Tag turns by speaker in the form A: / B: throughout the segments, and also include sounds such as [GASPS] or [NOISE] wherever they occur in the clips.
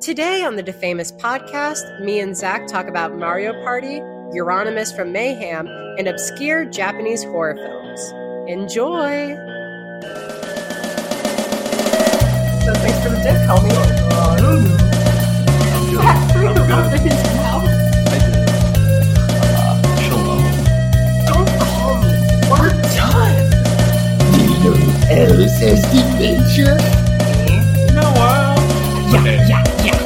A: Today on the DeFamous podcast, me and Zach talk about Mario Party, Euronymous from Mayhem, and obscure Japanese horror films. Enjoy!
B: So thanks for the tip, Helmy. Uh, I don't know. Zach threw the rubber in his mouth. Don't call me. We're done. Yeah, yeah, yeah.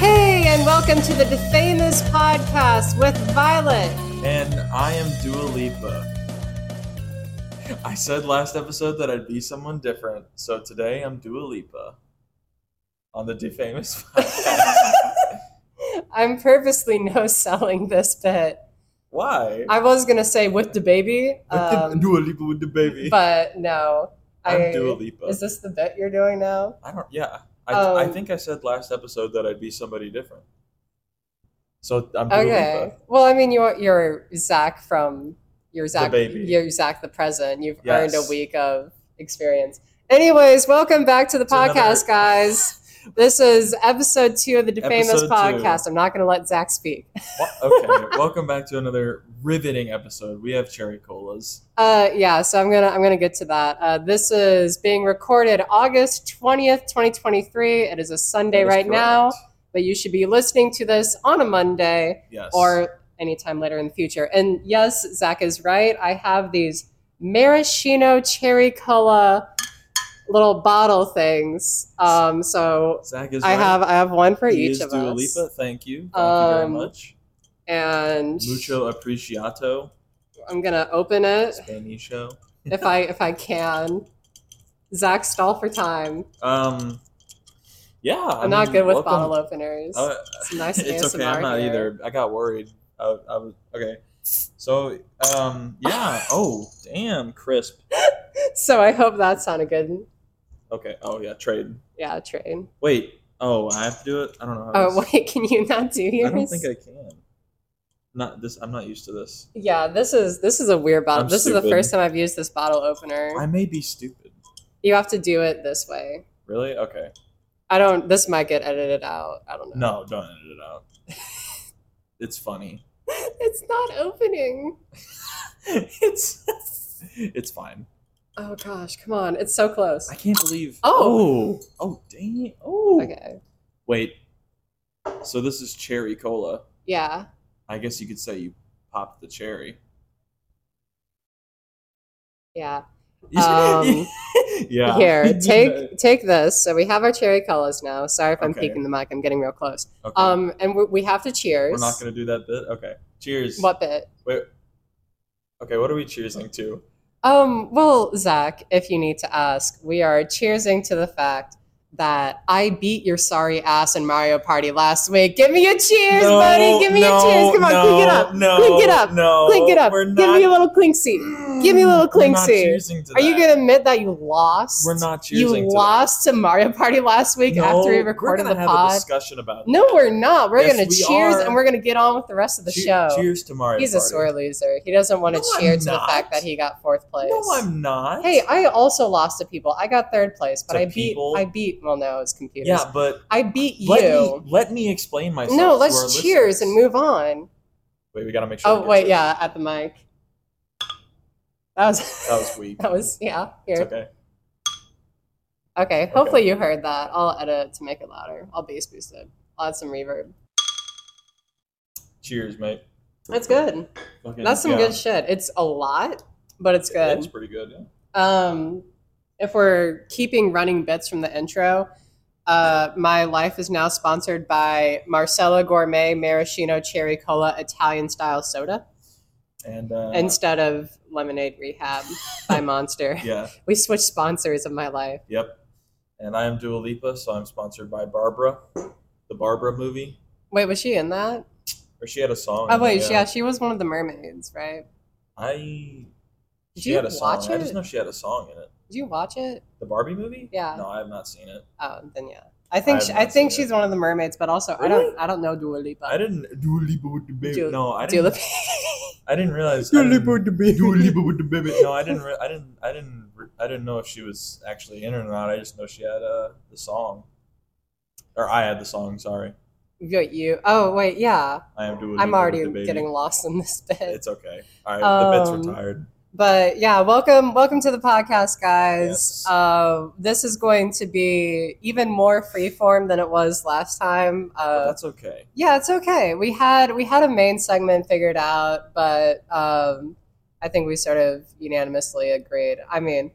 A: Hey, and welcome to the DeFamous podcast with Violet.
C: And I am Dua Lipa. I said last episode that I'd be someone different, so today I'm Dua Lipa on the Defamous [LAUGHS] podcast.
A: I'm purposely [LAUGHS] no selling this bit.
C: Why?
A: I was going to say with the baby,
C: With the-
A: um,
C: Dua Lipa with the baby.
A: but no.
C: I'm
A: I-
C: Dua Lipa.
A: Is this the bit you're doing now?
C: I don't. Yeah, I, I
A: Um,
C: think I said last episode that I'd be somebody different. So I'm Dua
A: Okay.
C: Lipa.
A: Well, I mean, you're you're Zach from you're Zach
C: baby.
A: You're Zach the present. You've
C: Yes.
A: earned a week of experience. Anyways, welcome back to the
C: It's another-
A: podcast, guys. This is episode two of the DeFamous
C: Episode two.
A: podcast. I'm not going to let Zach speak.
C: Wha-
A: [LAUGHS]
C: okay, welcome back to another riveting episode. We have cherry colas.
A: Uh, yeah, so I'm gonna I'm gonna get to that. Uh, this is being recorded August 20th, 2023. It is a Sunday
C: That is
A: right now,
C: correct.
A: but you should be listening to this on a Monday.
C: Yes.
A: or anytime later in the future. And yes, Zach is right. I have these maraschino cherry cola little bottle things. Um, so
C: Zach is
A: I
C: right.
A: have I have one for
C: He
A: each
C: is
A: of
C: Dua
A: us.
C: Lipa. Thank you. Thank
A: Um,
C: you very much.
A: And
C: Mucho apreciato.
A: I'm gonna open it
C: Spanisho.
A: if I if I can. Zach, stall for time.
C: Um, yeah,
A: I'm not good with bottle
C: bottle
A: openers. It's nice
C: Uh, [LAUGHS] it's okay.
A: ASMR
C: I'm not
A: here.
C: either. I got worried. I, I was okay. So, um, yeah. Oh, damn, crisp.
A: So I hope that sounded good.
C: Okay. Oh yeah, trade.
A: Yeah, train.
C: Wait. Oh, I have to do it. I don't know. How
A: Oh [LAUGHS]
C: this-
A: wait, can you not do yours?
C: I don't think I can. Not this. I'm not used to this.
A: Yeah, this is this is a weird bottle.
C: I'm
A: this is the
C: stupid.
A: first time I've used this bottle opener.
C: I may be stupid.
A: You have to do it this way.
C: Really? Okay.
A: I don't. This might get edited out. I don't know.
C: No, don't edit it
A: [LAUGHS]
C: out. it's funny.
A: it's not opening.
C: [LAUGHS] it's it's fine.
A: Oh gosh, come on! It's so close.
C: I can't believe.
A: Oh.
C: Oh, oh, dang it. Oh.
A: Okay.
C: Wait. So this is cherry cola.
A: Yeah.
C: I guess you could say you popped the cherry. [LAUGHS] [LAUGHS]
A: Yeah. Um,
C: yeah. [LAUGHS]
A: Here, take take this. So we have our cherry colors now. Sorry if I'm
C: Okay.
A: peeking the mic. I'm getting real close.
C: Okay.
A: Um, and we, we have to cheers.
C: We're not gonna do that bit. Okay. Cheers.
A: What bit?
C: Wait. Okay. What are we cheersing to?
A: Um, well, Zach, if you need to ask, we are cheersing to the fact that I beat your sorry ass in Mario Party last week. Give me a cheers,
C: No,
A: buddy. Give me a
C: no,
A: cheers. Come on,
C: no,
A: clink it up.
C: No.
A: Clink it up.
C: No.
A: clink it up.
C: We're
A: Give
C: not. Mm,
A: me a little clinksy. give me a little
C: We're not
A: clinksy.
C: cheersing to
A: Are you
C: that.
A: gonna admit that you lost?
C: We're not cheersing.
A: You
C: to that.
A: lost to Mario Party last week
C: No,
A: after we
C: we're
A: recorded
C: gonna
A: the
C: have A
A: pod.
C: discussion about
A: No, we're not. We're
C: Yes,
A: gonna
C: we
A: cheers
C: are.
A: and we're gonna get on with the rest of the
C: Che-
A: show.
C: Cheers to Mario
A: He's a
C: Party.
A: sore loser. He doesn't want to
C: No, I'm
A: cheer to the
C: not.
A: fact that he got fourth place.
C: No, I'm not.
A: Hey, I also lost to people. I got third place, but
C: To
A: I beat.
C: people?
A: I beat. Well, no, it's computers.
C: yeah, but
A: I beat
C: let
A: you.
C: me let me explain myself.
A: no,
C: to our
A: let's cheers
C: listeners.
A: and move on.
C: Wait, we gotta make sure. we
A: Oh
C: get
A: wait,
C: through.
A: yeah, at the mic. That was.
C: that was weak.
A: [LAUGHS] that was- yeah. Here.
C: It's
A: Okay.
C: okay.
A: Hopefully you heard that. I'll edit to make it louder. I'll bass boost it. I'll add some reverb.
C: Cheers, mate.
A: That's good.
C: Fucking-
A: That's some
C: yeah.
A: good shit. It's a lot, but it's good.
C: It's pretty good. Yeah.
A: um, if we're keeping running bits from the intro, uh, my life is now sponsored by Marcella Gourmet Maraschino Cherry Cola Italian style soda
C: And uh,
A: instead of Lemonade Rehab
C: [LAUGHS]
A: by Monster.
C: yeah,
A: We switched sponsors of my life.
C: yep. And I am Dua Lipa, so I'm sponsored by Barbara, the Barbara movie,
A: Wait, was she in that?
C: or she had a song.
A: Oh, wait, yeah,
C: yeah.
A: she was one of the mermaids, right?
C: I.
A: Did
C: she
A: you
C: had a song.
A: watch
C: I
A: it?
C: just know she had a song in it.
A: Did you watch it?
C: The Barbie movie?
A: Yeah.
C: No, I have not seen it.
A: Oh, then yeah. I think
C: I
A: she,
C: have not
A: I think
C: seen
A: she's one of the mermaids, but also I
C: Really?
A: don't I don't know Dua Lipa.
C: I didn't Dua Lipa with the baby.
A: Dua-
C: no, I
A: Dua
C: didn't.
A: Lipa. [LAUGHS]
C: I didn't realize. I
A: Dua
C: didn't-
A: Lipa with the baby.
C: Dua Lipa with the baby. No, I didn't. Re- I didn't. I didn't. Re- I didn't know if she was actually in or not. I just know she had uh, the song, or I had the song. Sorry,
A: Wait, you. Oh wait, yeah.
C: I am Dua Lipa
A: I'm already
C: with the baby.
A: getting lost in this bit.
C: It's okay. All right, the bits
A: Um,
C: were tired.
A: But yeah, welcome welcome to the podcast, guys.
C: Yes.
A: Uh, this is going to be even more freeform than it was last time.
C: But
A: Uh,
C: that's okay.
A: yeah, it's okay. We had we had a main segment figured out, but um, I think we sort of unanimously agreed. I mean,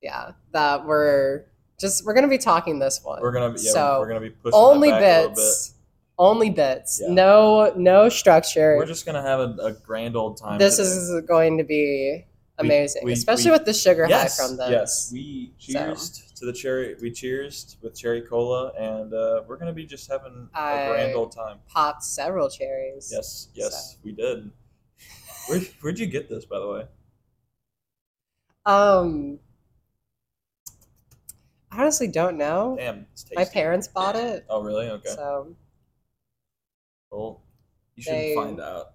A: yeah, that we're just we're gonna be talking this one.
C: We're gonna be. Yeah,
A: so
C: we're gonna be pushing
A: only
C: that back a little bit.
A: bits, only bits.
C: Yeah.
A: No no structure.
C: We're just gonna have a, a grand old time.
A: this
C: today.
A: is going to be
C: We-
A: amazing,
C: we-
A: especially
C: we-
A: with the sugar
C: yes,
A: high from this.
C: Yes, we
A: So.
C: cheers to the cherry. We cheers with cherry cola, and uh, we're gonna be just having a
A: I-
C: grand old time.
A: Popped several cherries.
C: Yes, yes, we did. Where, where'd you get this, by the way?
A: Um, I honestly don't know.
C: Damn, it's tasty.
A: My parents bought it,
C: Oh, really? Okay.
A: so
C: well, you should
A: they-
C: find out.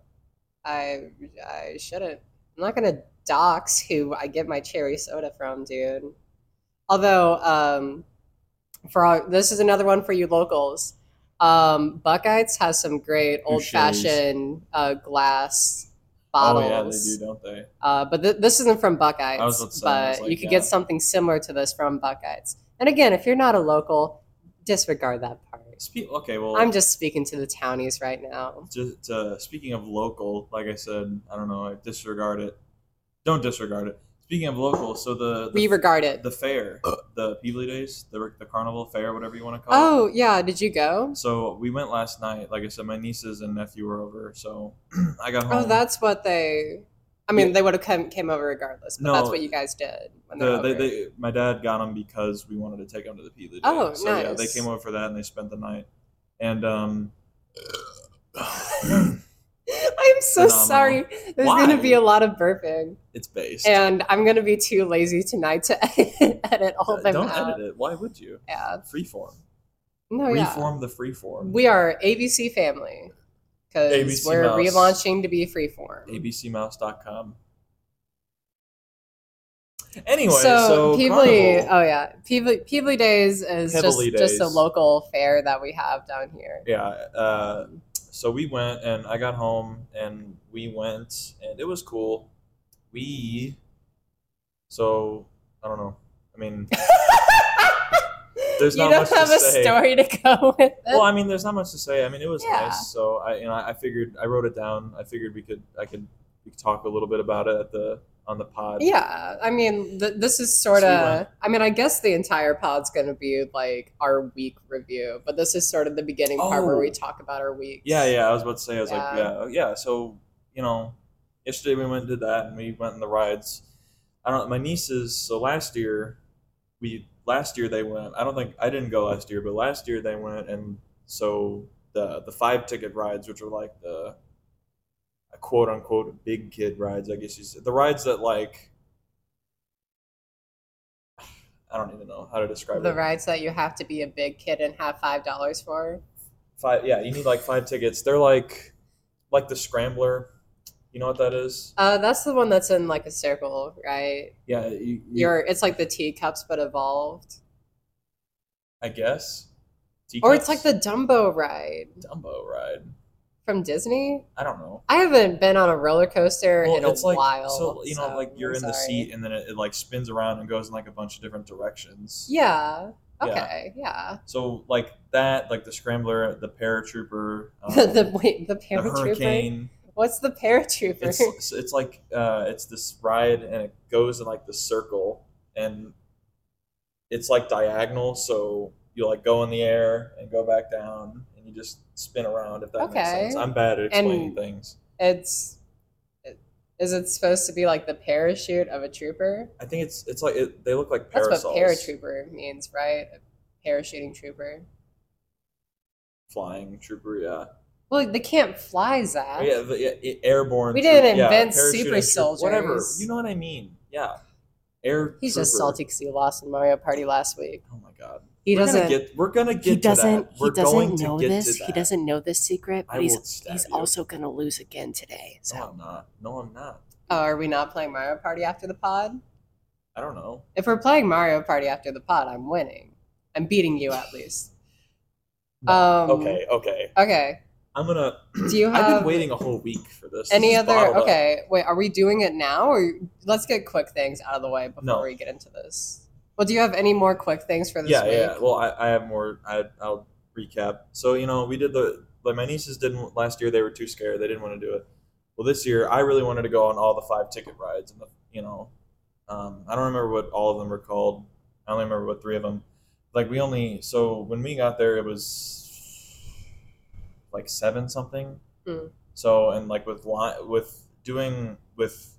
A: I I shouldn't. I'm not gonna dox who I get my cherry soda from, dude. Although, um, for all, this is another one for you locals. Um, Buckeyes has some great old fashioned uh, glass bottles.
C: Oh yeah, they do, don't they?
A: Uh, but th- this isn't from Buckeyes,
C: I was about to say, I was
A: but
C: like,
A: you could
C: yeah.
A: get something similar to this from Buckeyes. And again, if you're not a local, disregard that part.
C: Spe- okay, well,
A: I'm just speaking to the townies right now.
C: just uh, speaking of local, like I said, I don't know, I disregard it. Don't disregard it. Speaking of local, so the
A: We
C: the,
A: regard it.
C: the fair, the Peebly Days, the the carnival fair, whatever you want to call it.
A: Oh yeah, did you go?
C: So we went last night. Like I said, my nieces and nephew were over, so [CLEARS THROAT] I got
A: Oh,
C: home.
A: that's what they. I mean,
C: Yeah.
A: they would have come came over regardless, but
C: No,
A: that's what you guys did when they were
C: The, they,
A: over.
C: they, my dad got them because we wanted to take them to the Peely. Day.
A: Oh,
C: so yeah, they
A: nice.
C: came over for that and they spent the night. And um, [COUGHS]
A: [LAUGHS] I'm so
C: Phenomenal.
A: sorry. There's going
C: Why?
A: to be a lot of burping,
C: it's based.
A: and I'm going to be too lazy tonight to [LAUGHS] edit all
C: Uh,
A: of them
C: Don't
A: out.
C: edit it. Why would you?
A: Yeah.
C: Freeform.
A: No. Yeah.
C: Reform the freeform.
A: We are ABC family because
C: ABC
A: we're
C: Mouse.
A: relaunching to be freeform.
C: abcmouse.com. Anyway,
A: so,
C: so,
A: Peebly,
C: Carnival-
A: oh yeah, Peebly, Peebly Days is just,
C: Peebly
A: just a
C: Days.
A: local fair that we have down here.
C: yeah. Uh,
A: Um,
C: so we went, and I got home, and we went, and it was cool. We, so I don't know. I mean,
A: [LAUGHS]
C: there's
A: you
C: not
A: don't
C: much to
A: have a
C: say.
A: story to go [LAUGHS] with it.
C: Well, I mean, there's not much to say. I mean, it was
A: Yeah.
C: nice. So I, you know, I figured I wrote it down. I figured we could, I could, we could talk a little bit about it at the on the pod.
A: yeah, I mean, th- this is
C: we
A: sort of.
C: went.
A: I mean, I guess the entire pod's going to be like our week review, but this is sort of the beginning part where
C: Oh.
A: we talk about our weeks.
C: Yeah, yeah. I was about to say, I was like,
A: Yeah.
C: yeah, yeah. So you know, yesterday we went and did that, and we went in the rides. I don't. My nieces. So last year, we last year they went. I don't think I didn't go last year, but last year they went, and so the the five ticket rides, which are like the quote unquote big kid rides, I guess you said, the rides that like. [SIGHS] I don't even know how to describe
A: The
C: it.
A: rides that you have to be a big kid and have five dollars for.
C: Five, yeah, you need like five tickets. They're like, like the scrambler. You know what that is?
A: Uh, that's the one that's in like a circle, right?
C: Yeah, you, you-
A: You're it's like the teacups but evolved,
C: I guess.
A: or it's like
C: Teacups?
A: the Dumbo ride
C: Dumbo ride.
A: from Disney.
C: I don't know.
A: I haven't been on a roller coaster
C: Well,
A: in a
C: it's like
A: while.
C: so you know, like you're
A: I'm
C: in the
A: sorry.
C: seat, and then it, it like spins around and goes in like a bunch of different directions.
A: Yeah.
C: Yeah.
A: Okay. Yeah.
C: So like that, like the scrambler, the
A: [LAUGHS]
C: paratrooper, um,
A: The the wait, the
C: the
A: paratrooper.
C: hurricane.
A: What's the paratrooper?
C: It's it's- it's like uh, it's this ride, and it goes in like the circle, and it's like diagonal. So you like go in the air and go back down, and you just spin around. If that makes
A: Okay.
C: sense, I'm bad at explaining
A: And-
C: things.
A: [LAUGHS] It's is it supposed to be like the parachute of a trooper?
C: I think it's it's like it, they look like
A: That's
C: parasols
A: what paratrooper means, right? A parachuting trooper.
C: flying trooper. Yeah,
A: Well, they can't fly, Zach.
C: yeah, the, yeah i- airborne.
A: We
C: troop-
A: didn't
C: yeah,
A: invent
C: parachuting
A: super
C: troop- Whatever,
A: soldiers.
C: you know what I mean? Yeah, air.
A: He's just
C: trooper.
A: salty because he lost in Mario Party last week.
C: Oh my god,
A: He
C: we're
A: doesn't.
C: Gonna get, we're gonna get.
D: he
C: to that.
D: doesn't he
C: We're going
D: doesn't
C: to
D: know
C: get to
D: this he
C: that.
D: doesn't know this secret
C: I
D: but he's
C: will stab
D: he's
C: you.
D: also gonna lose again today
C: No,
D: so
C: I'm not. No, I'm not.
A: oh, are we not playing Mario Party after the pod?
C: I don't know.
A: If we're playing Mario Party after the pod, I'm winning. I'm beating you at least.
C: [LAUGHS] No.
A: Um,
C: okay, okay.
A: Okay.
C: I'm gonna.
A: Do you
C: [CLEARS THROAT] I've
A: have
C: been waiting a whole week for this.
A: any
C: This is
A: other?
C: bottled up.
A: Okay. Wait, are we doing it now, or let's get quick things out of the way before
C: No.
A: we get into this? Well, do you have any more quick things for this
C: Yeah,
A: week?
C: yeah. Well, I, I have more. I, I'll recap. So you know, we did the like my nieces didn't last year. They were too scared. They didn't want to do it. Well, this year I really wanted to go on all the five ticket rides, and the, you know, um, I don't remember what all of them were called. I only remember what three of them. Like we only so when we got there it was like seven something.
A: Hmm.
C: So and like with li- with doing with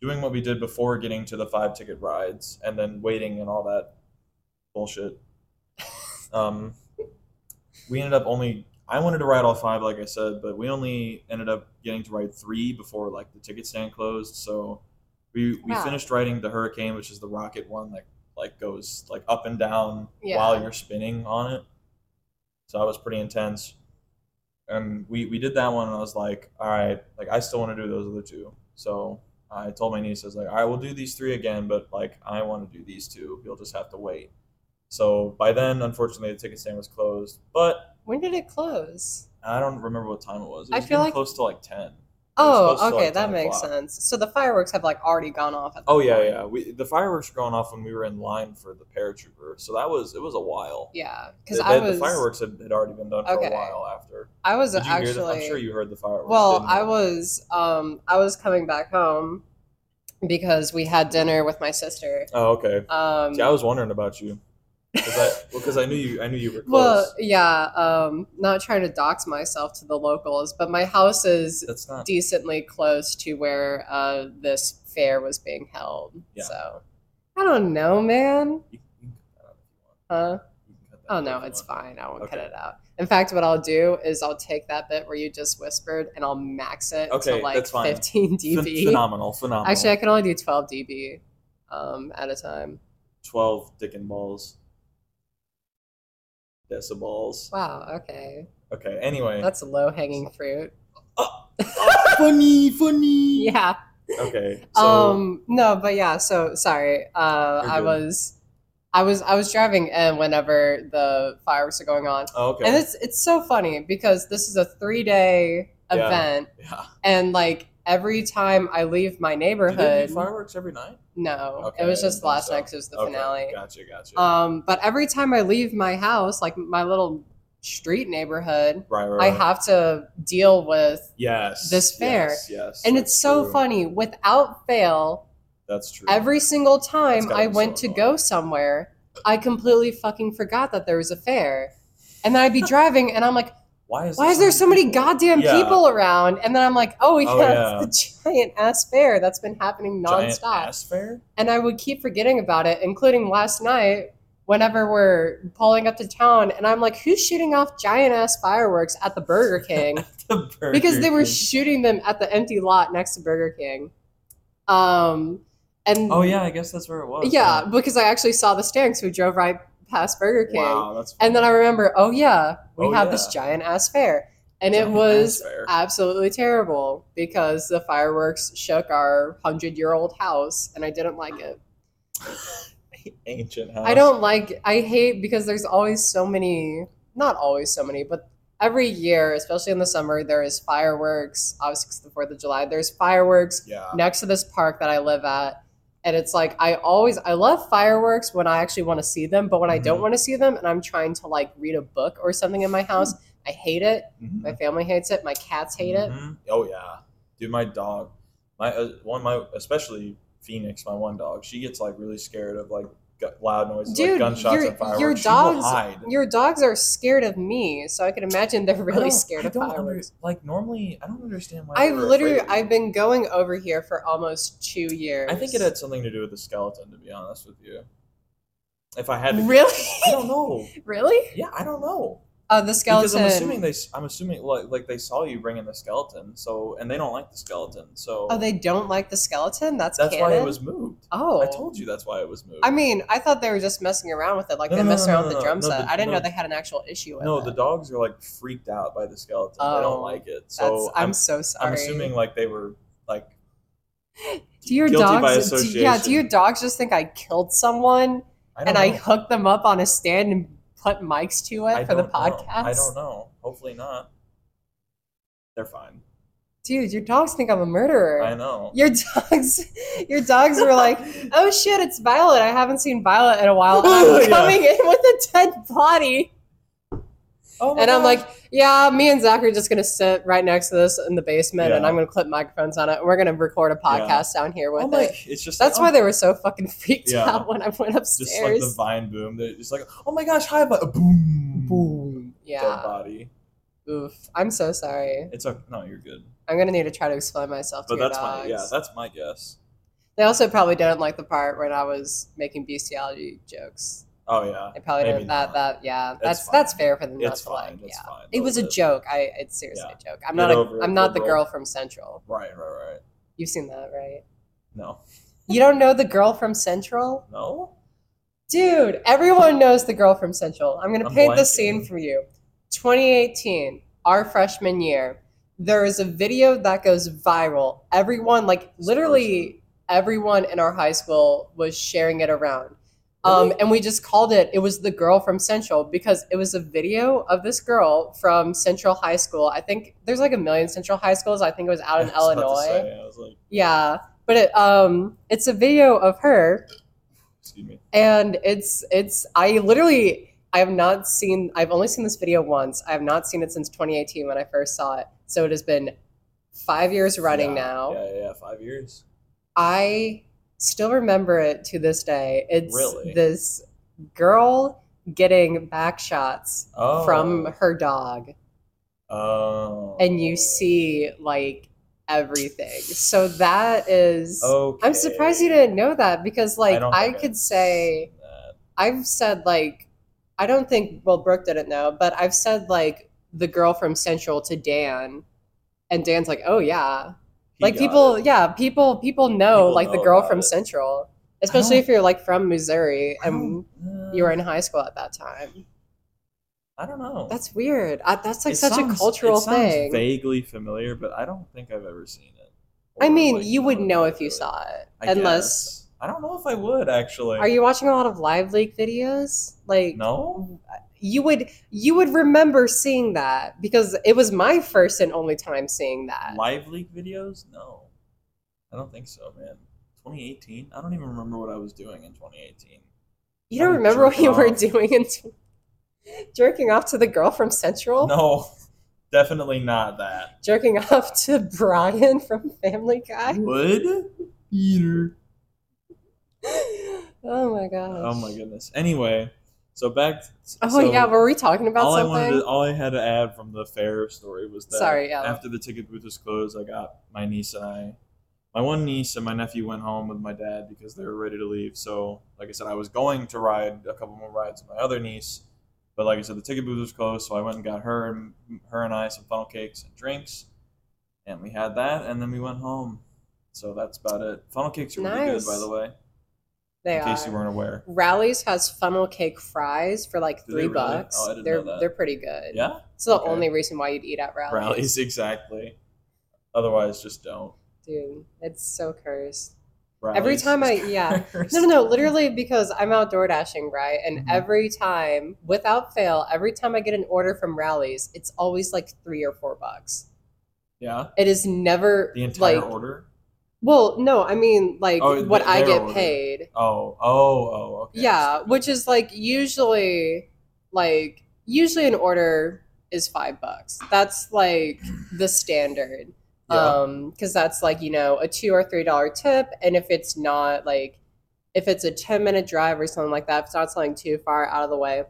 C: doing what we did before getting to the five ticket rides and then waiting and all that bullshit. Um, we ended up only. I wanted to ride all five, like I said, but we only ended up getting to ride three before like the ticket stand closed. So we we
A: Wow.
C: finished riding the Hurricane, which is the rocket one that like goes like up and down
A: Yeah.
C: while you're spinning on it. So that was pretty intense. And we we did that one, and I was like, all right, like I still want to do those other two. So I told my niece, I was like, all right, we'll do these three again, but like I want to do these two. You'll just have to wait. So by then, unfortunately, the ticket stand was closed, but
A: When did it close?
C: I don't remember what time it was. It
A: I
C: was
A: feel
C: getting
A: like-
C: close to like ten. supposed to,
A: Oh,
C: like,
A: okay,
C: 10
A: that makes
C: o'clock.
A: sense. So the fireworks have like already gone off. At
C: Oh yeah, yeah. We the fireworks were going off when we were in line for the paratrooper, so that was it was a while.
A: yeah, because
C: The-
A: I
C: the,
A: was
C: fireworks had, had already been done for
A: Okay.
C: a while after.
A: I was
C: Did you
A: actually.
C: hear the, I'm sure you heard the fireworks.
A: Well,
C: didn't
A: I
C: you?
A: was um I was coming back home because we had dinner with my sister.
C: Oh, okay.
A: Um
C: See, I was wondering about you because I, well, 'cause I knew you. I knew you were
A: [LAUGHS]
C: close.
A: well, yeah, um not trying to dox myself to the locals, but my house is
C: That's not.
A: decently close to where uh this fair was being held.
C: Yeah.
A: So I don't know, man.
C: You can cut that out if you want.
A: Huh?
C: You can cut that
A: Oh
C: out
A: no,
C: if you
A: it's
C: want.
A: fine. I won't cut
C: Okay.
A: it out. In fact, what I'll do is I'll take that bit where you just whispered and I'll max it
C: Okay,
A: to like
C: that's fine.
A: 15
C: Phen-
A: [LAUGHS] dB.
C: phenomenal, phenomenal.
A: Actually, I can only do 12 dB um, at a time.
C: twelve dick and balls, decibels.
A: Wow, okay.
C: Okay. Anyway,
A: [LAUGHS] That's low hanging fruit.
C: funny, funny.
A: Yeah.
C: [LAUGHS] Okay. So
A: um no, but yeah, so sorry. Uh
C: You're
A: I
C: good.
A: was I was I was driving in whenever the fireworks are going on.
C: oh, okay.
A: And it's it's so funny because this is a 3-day
C: Yeah.
A: event
C: yeah.
A: and like every time I leave my
C: Do they
A: neighborhood,
C: do fireworks every night?
A: no.
C: Okay,
A: it was
C: I didn't
A: just
C: think
A: last
C: so.
A: night 'cause it was the
C: okay.
A: finale.
C: Gotcha. Gotcha.
A: Um, but every time I leave my house, like my little street neighborhood,
C: right. Right.
A: I
C: right.
A: have to deal with,
C: Yes.
A: this fair.
C: Yes. yes,
A: and
C: that's
A: it's so
C: true.
A: funny. Without fail,
C: That's true.
A: every single time
C: gotta
A: I
C: be
A: went
C: so
A: to
C: annoying.
A: go somewhere, I completely fucking forgot that there was a fair, and then I'd be
C: [LAUGHS]
A: driving, and I'm like,
C: Why is
A: why
C: there
A: is there so many
C: people?
A: goddamn
C: Yeah.
A: people around? And then I'm like, oh yeah, [LAUGHS]
C: Oh,
A: it's the giant ass fair that's been happening
C: Giant
A: nonstop.
C: ass fair? [LAUGHS]
A: and I would keep forgetting about it, including last night whenever we're pulling up to town, and I'm like, who's shooting off giant ass fireworks at the
C: [LAUGHS]
A: Burger King?
C: The Burger
A: because they were
C: King.
A: shooting them at the empty lot next to Burger King. Um, and
C: oh yeah, I guess that's where it was.
A: yeah, because I actually saw the stanks who drove right past Burger King,
C: Wow, that's.
A: and then I remember, oh yeah, we
C: Oh,
A: have this
C: yeah.
A: giant ass fair, and
C: Giant
A: it
C: ass
A: was.
C: fair.
A: Absolutely terrible because the fireworks shook our hundred year old house and I didn't like it.
C: [LAUGHS] ancient house.
A: I don't like. I hate because there's always so many. Not always so many, but every year, especially in the summer, there is fireworks. Obviously, 'cause it's the Fourth of July. There's fireworks
C: Yeah.
A: next to this park that I live at, and it's like I always. I love fireworks when I actually want to see them, but when I don't
C: Mhm.
A: want to see them, and I'm trying to like read a book or something in my house, I hate it.
C: Mhm.
A: My family hates it. My cats hate it.
C: Mhm. Oh yeah, dude, my dog, my uh, one, my especially Phoenix, my one dog, she gets like really scared of like gu- loud noises,
A: Dude,
C: like gunshots
A: your-
C: and fireworks.
A: your
C: She will
A: dogs-
C: hide.
A: Your dogs are scared of me, so I can imagine they're
C: I
A: really
C: don't-
A: scared
C: Oh, I
A: of
C: don't
A: fireworks.
C: under- like normally, I don't understand why.
A: I've
C: they were
A: literally
C: afraid of you.
A: I've been going over here for almost two years.
C: I think it had something to do with the skeleton, to be honest with you. If I had to, [LAUGHS]
A: really,
C: I don't know.
A: really.
C: Yeah, I don't know.
A: Uh, the skeleton.
C: Because I'm assuming they, s- I'm assuming like like they saw you bringing the skeleton, so and they don't like the skeleton, so
A: oh, they don't like the Oh, skeleton. That's
C: that's why
A: canon?
C: it was moved.
A: Oh.
C: I told you that's why it was moved.
A: I mean, I thought they were just messing around with it, like
C: No,
A: they
C: no, no,
A: messed
C: no,
A: around
C: no,
A: with
C: no,
A: the drum
C: no,
A: set.
C: the-
A: I didn't
C: no.
A: know they had an actual issue with
C: no,
A: it.
C: the dogs are like freaked out by the skeleton. they
A: Oh,
C: don't like it.
A: That's,
C: So
A: I'm,
C: I'm,
A: so sorry.
C: I'm assuming like they were like
A: do your
C: guilty by
A: dogs? do- yeah, do
C: association.
A: your dogs just think I killed someone
C: I don't
A: and I
C: know.
A: hooked them up on a stand and put mics to it
C: I
A: for the
C: don't know.
A: podcast?
C: I don't know. Hopefully not. They're fine.
A: Dude, your dogs think I'm a murderer.
C: I know.
A: Your dogs, [LAUGHS] your dogs were like, "Oh shit, it's Violet! I haven't seen Violet in a while. I'm
C: [LAUGHS] Yeah.
A: coming in with a dead body."
C: Oh my
A: And I'm
C: God.
A: like, yeah, me and Zach are just gonna sit right next to this in the basement, and
C: Yeah.
A: I'm gonna clip microphones on it. And we're gonna record a podcast down here with
C: oh my,
A: it.
C: it's just
A: That's
C: like,
A: why
C: oh,
A: they were so fucking freaked
C: Yeah.
A: out when I went
C: just like
A: upstairs.
C: the vine boom. They're just like, oh my gosh, hi, but boom,
A: Boom.
C: dead
A: Yeah.
C: body.
A: Oof. I'm so sorry.
C: It's okay. No, you're good.
A: I'm gonna need to try to explain myself to
C: But
A: your
C: that's
A: dogs.
C: my yeah, that's my guess.
A: they also probably didn't like the part when I was making bestiality jokes.
C: Oh yeah,
A: They probably
C: Maybe
A: didn't that
C: not.
A: that yeah. That's that's,
C: fine.
A: fair for them not
C: it's
A: to
C: fine.
A: like.
C: It's
A: yeah.
C: fine.
A: It was a
C: They'll-
A: joke. I it's seriously a
C: Yeah.
A: joke. I'm
C: Get
A: not a,
C: over it,
A: I'm not the
C: liberal.
A: girl from Central.
C: Right, right, right.
A: You've seen that, right?
C: No,
A: You don't know the girl from Central?
C: no.
A: Dude, everyone knows the girl from Central. I'm going to
C: I'm
A: paint the
C: blanking.
A: scene for you. 2018, our freshman year, there is a video that goes viral. Everyone, like literally everyone in our high school was sharing it around. Um, and we just called it, it was the girl from Central because it was a video of this girl from Central High School. I think there's like a million Central High Schools. I think it was out in
C: [LAUGHS] I was about to
A: Illinois.
C: say, I was like,
A: Yeah, but it, um, it's a video of her,
C: excuse me.
A: and it's it's I literally I have not seen I've only seen this video once. I have not seen it since 2018 when I first saw it. So it has been five years running
C: Yeah,
A: now.
C: Yeah, yeah, yeah, five years.
A: I still remember it to this day. It's
C: Really?
A: this girl getting back shots
C: Oh,
A: from her dog
C: Oh,
A: and you see like everything. So that is
C: Okay.
A: I'm surprised you didn't know that because like
C: don't
A: I,
C: think
A: could
C: I've
A: say
C: seen that.
A: I've said like I don't think well Brooke didn't know, but I've said like the girl from Central to Dan and Dan's like, "Oh yeah."
C: He
A: like
C: got
A: people
C: it.
A: yeah, people people know
C: People
A: like the
C: know
A: girl
C: about
A: from
C: it.
A: Central, especially
C: don't-
A: if you're like from Missouri
C: I
A: and
C: don't- uh,
A: you were in high school at that time.
C: I don't know.
A: That's weird. I, that's like
C: It
A: such
C: sounds-
A: a cultural
C: it sounds
A: thing.
C: Vaguely familiar, but I don't think I've ever seen it.
A: I
C: Or,
A: mean,
C: like,
A: you would
C: known
A: know
C: about
A: if you
C: it.
A: saw it,
C: I
A: unless
C: guess. I don't know if I would actually.
A: are you watching a lot of live leak videos? Like,
C: No.
A: you would you would remember seeing that because it was my first and only time seeing that.
C: Live leak videos? No. I don't think so, man. 2018? I don't even remember what I was doing in 2018.
A: You don't
C: I'm
A: remember what
C: jerking
A: you were
C: off.
A: doing and jerking off to the girl from Central,
C: No, [LAUGHS] definitely not that.
A: jerking off to Brian from Family Guy.
C: Would? Peter.
A: Oh my gosh.
C: Oh my goodness. Anyway, so back.
A: Oh
C: so
A: yeah, were we talking about
C: all I
A: something?
C: wanted, to, all I had to add from the fair story was that
A: Sorry, yeah.
C: after the ticket booth was closed, I got my niece and I, my one niece and my nephew went home with my dad because they were ready to leave. So, like I said, I was going to ride a couple more rides with my other niece, but like I said, the ticket booth was closed, so I went and got her and her and I some funnel cakes and drinks, and we had that, and then we went home. So that's about it. Funnel cakes are really
A: Nice.
C: good, by the way.
A: they
C: in case you
A: are.
C: weren't aware.
A: Rallies has funnel cake fries for like
C: Do
A: three
C: they really?
A: bucks.
C: Oh, I didn't
A: they're
C: know that.
A: they're pretty good.
C: Yeah,
A: It's the
C: Okay.
A: only reason why you'd eat at rallies.
C: rallies [LAUGHS] exactly. Otherwise, just don't.
A: Dude, it's so cursed.
C: Rallies.
A: Every time I yeah.
C: [LAUGHS]
A: No, no, no. Literally, because I'm out door dashing, right? And
C: Mhm.
A: every time, without fail, every time I get an order from rallies, it's always like three or four bucks.
C: Yeah,
A: It is never
C: the entire
A: like,
C: order.
A: Well, no, I mean like
C: Oh,
A: what
C: th-
A: I
C: their
A: get
C: order.
A: paid.
C: Oh, oh, oh. Okay.
A: Yeah, which is like usually, like usually an order is five bucks. That's like the standard.
C: Yeah.
A: um because that's like you know a two or three dollar tip and if it's not like if it's a 10 minute drive or something like that if it's not something too far out of the way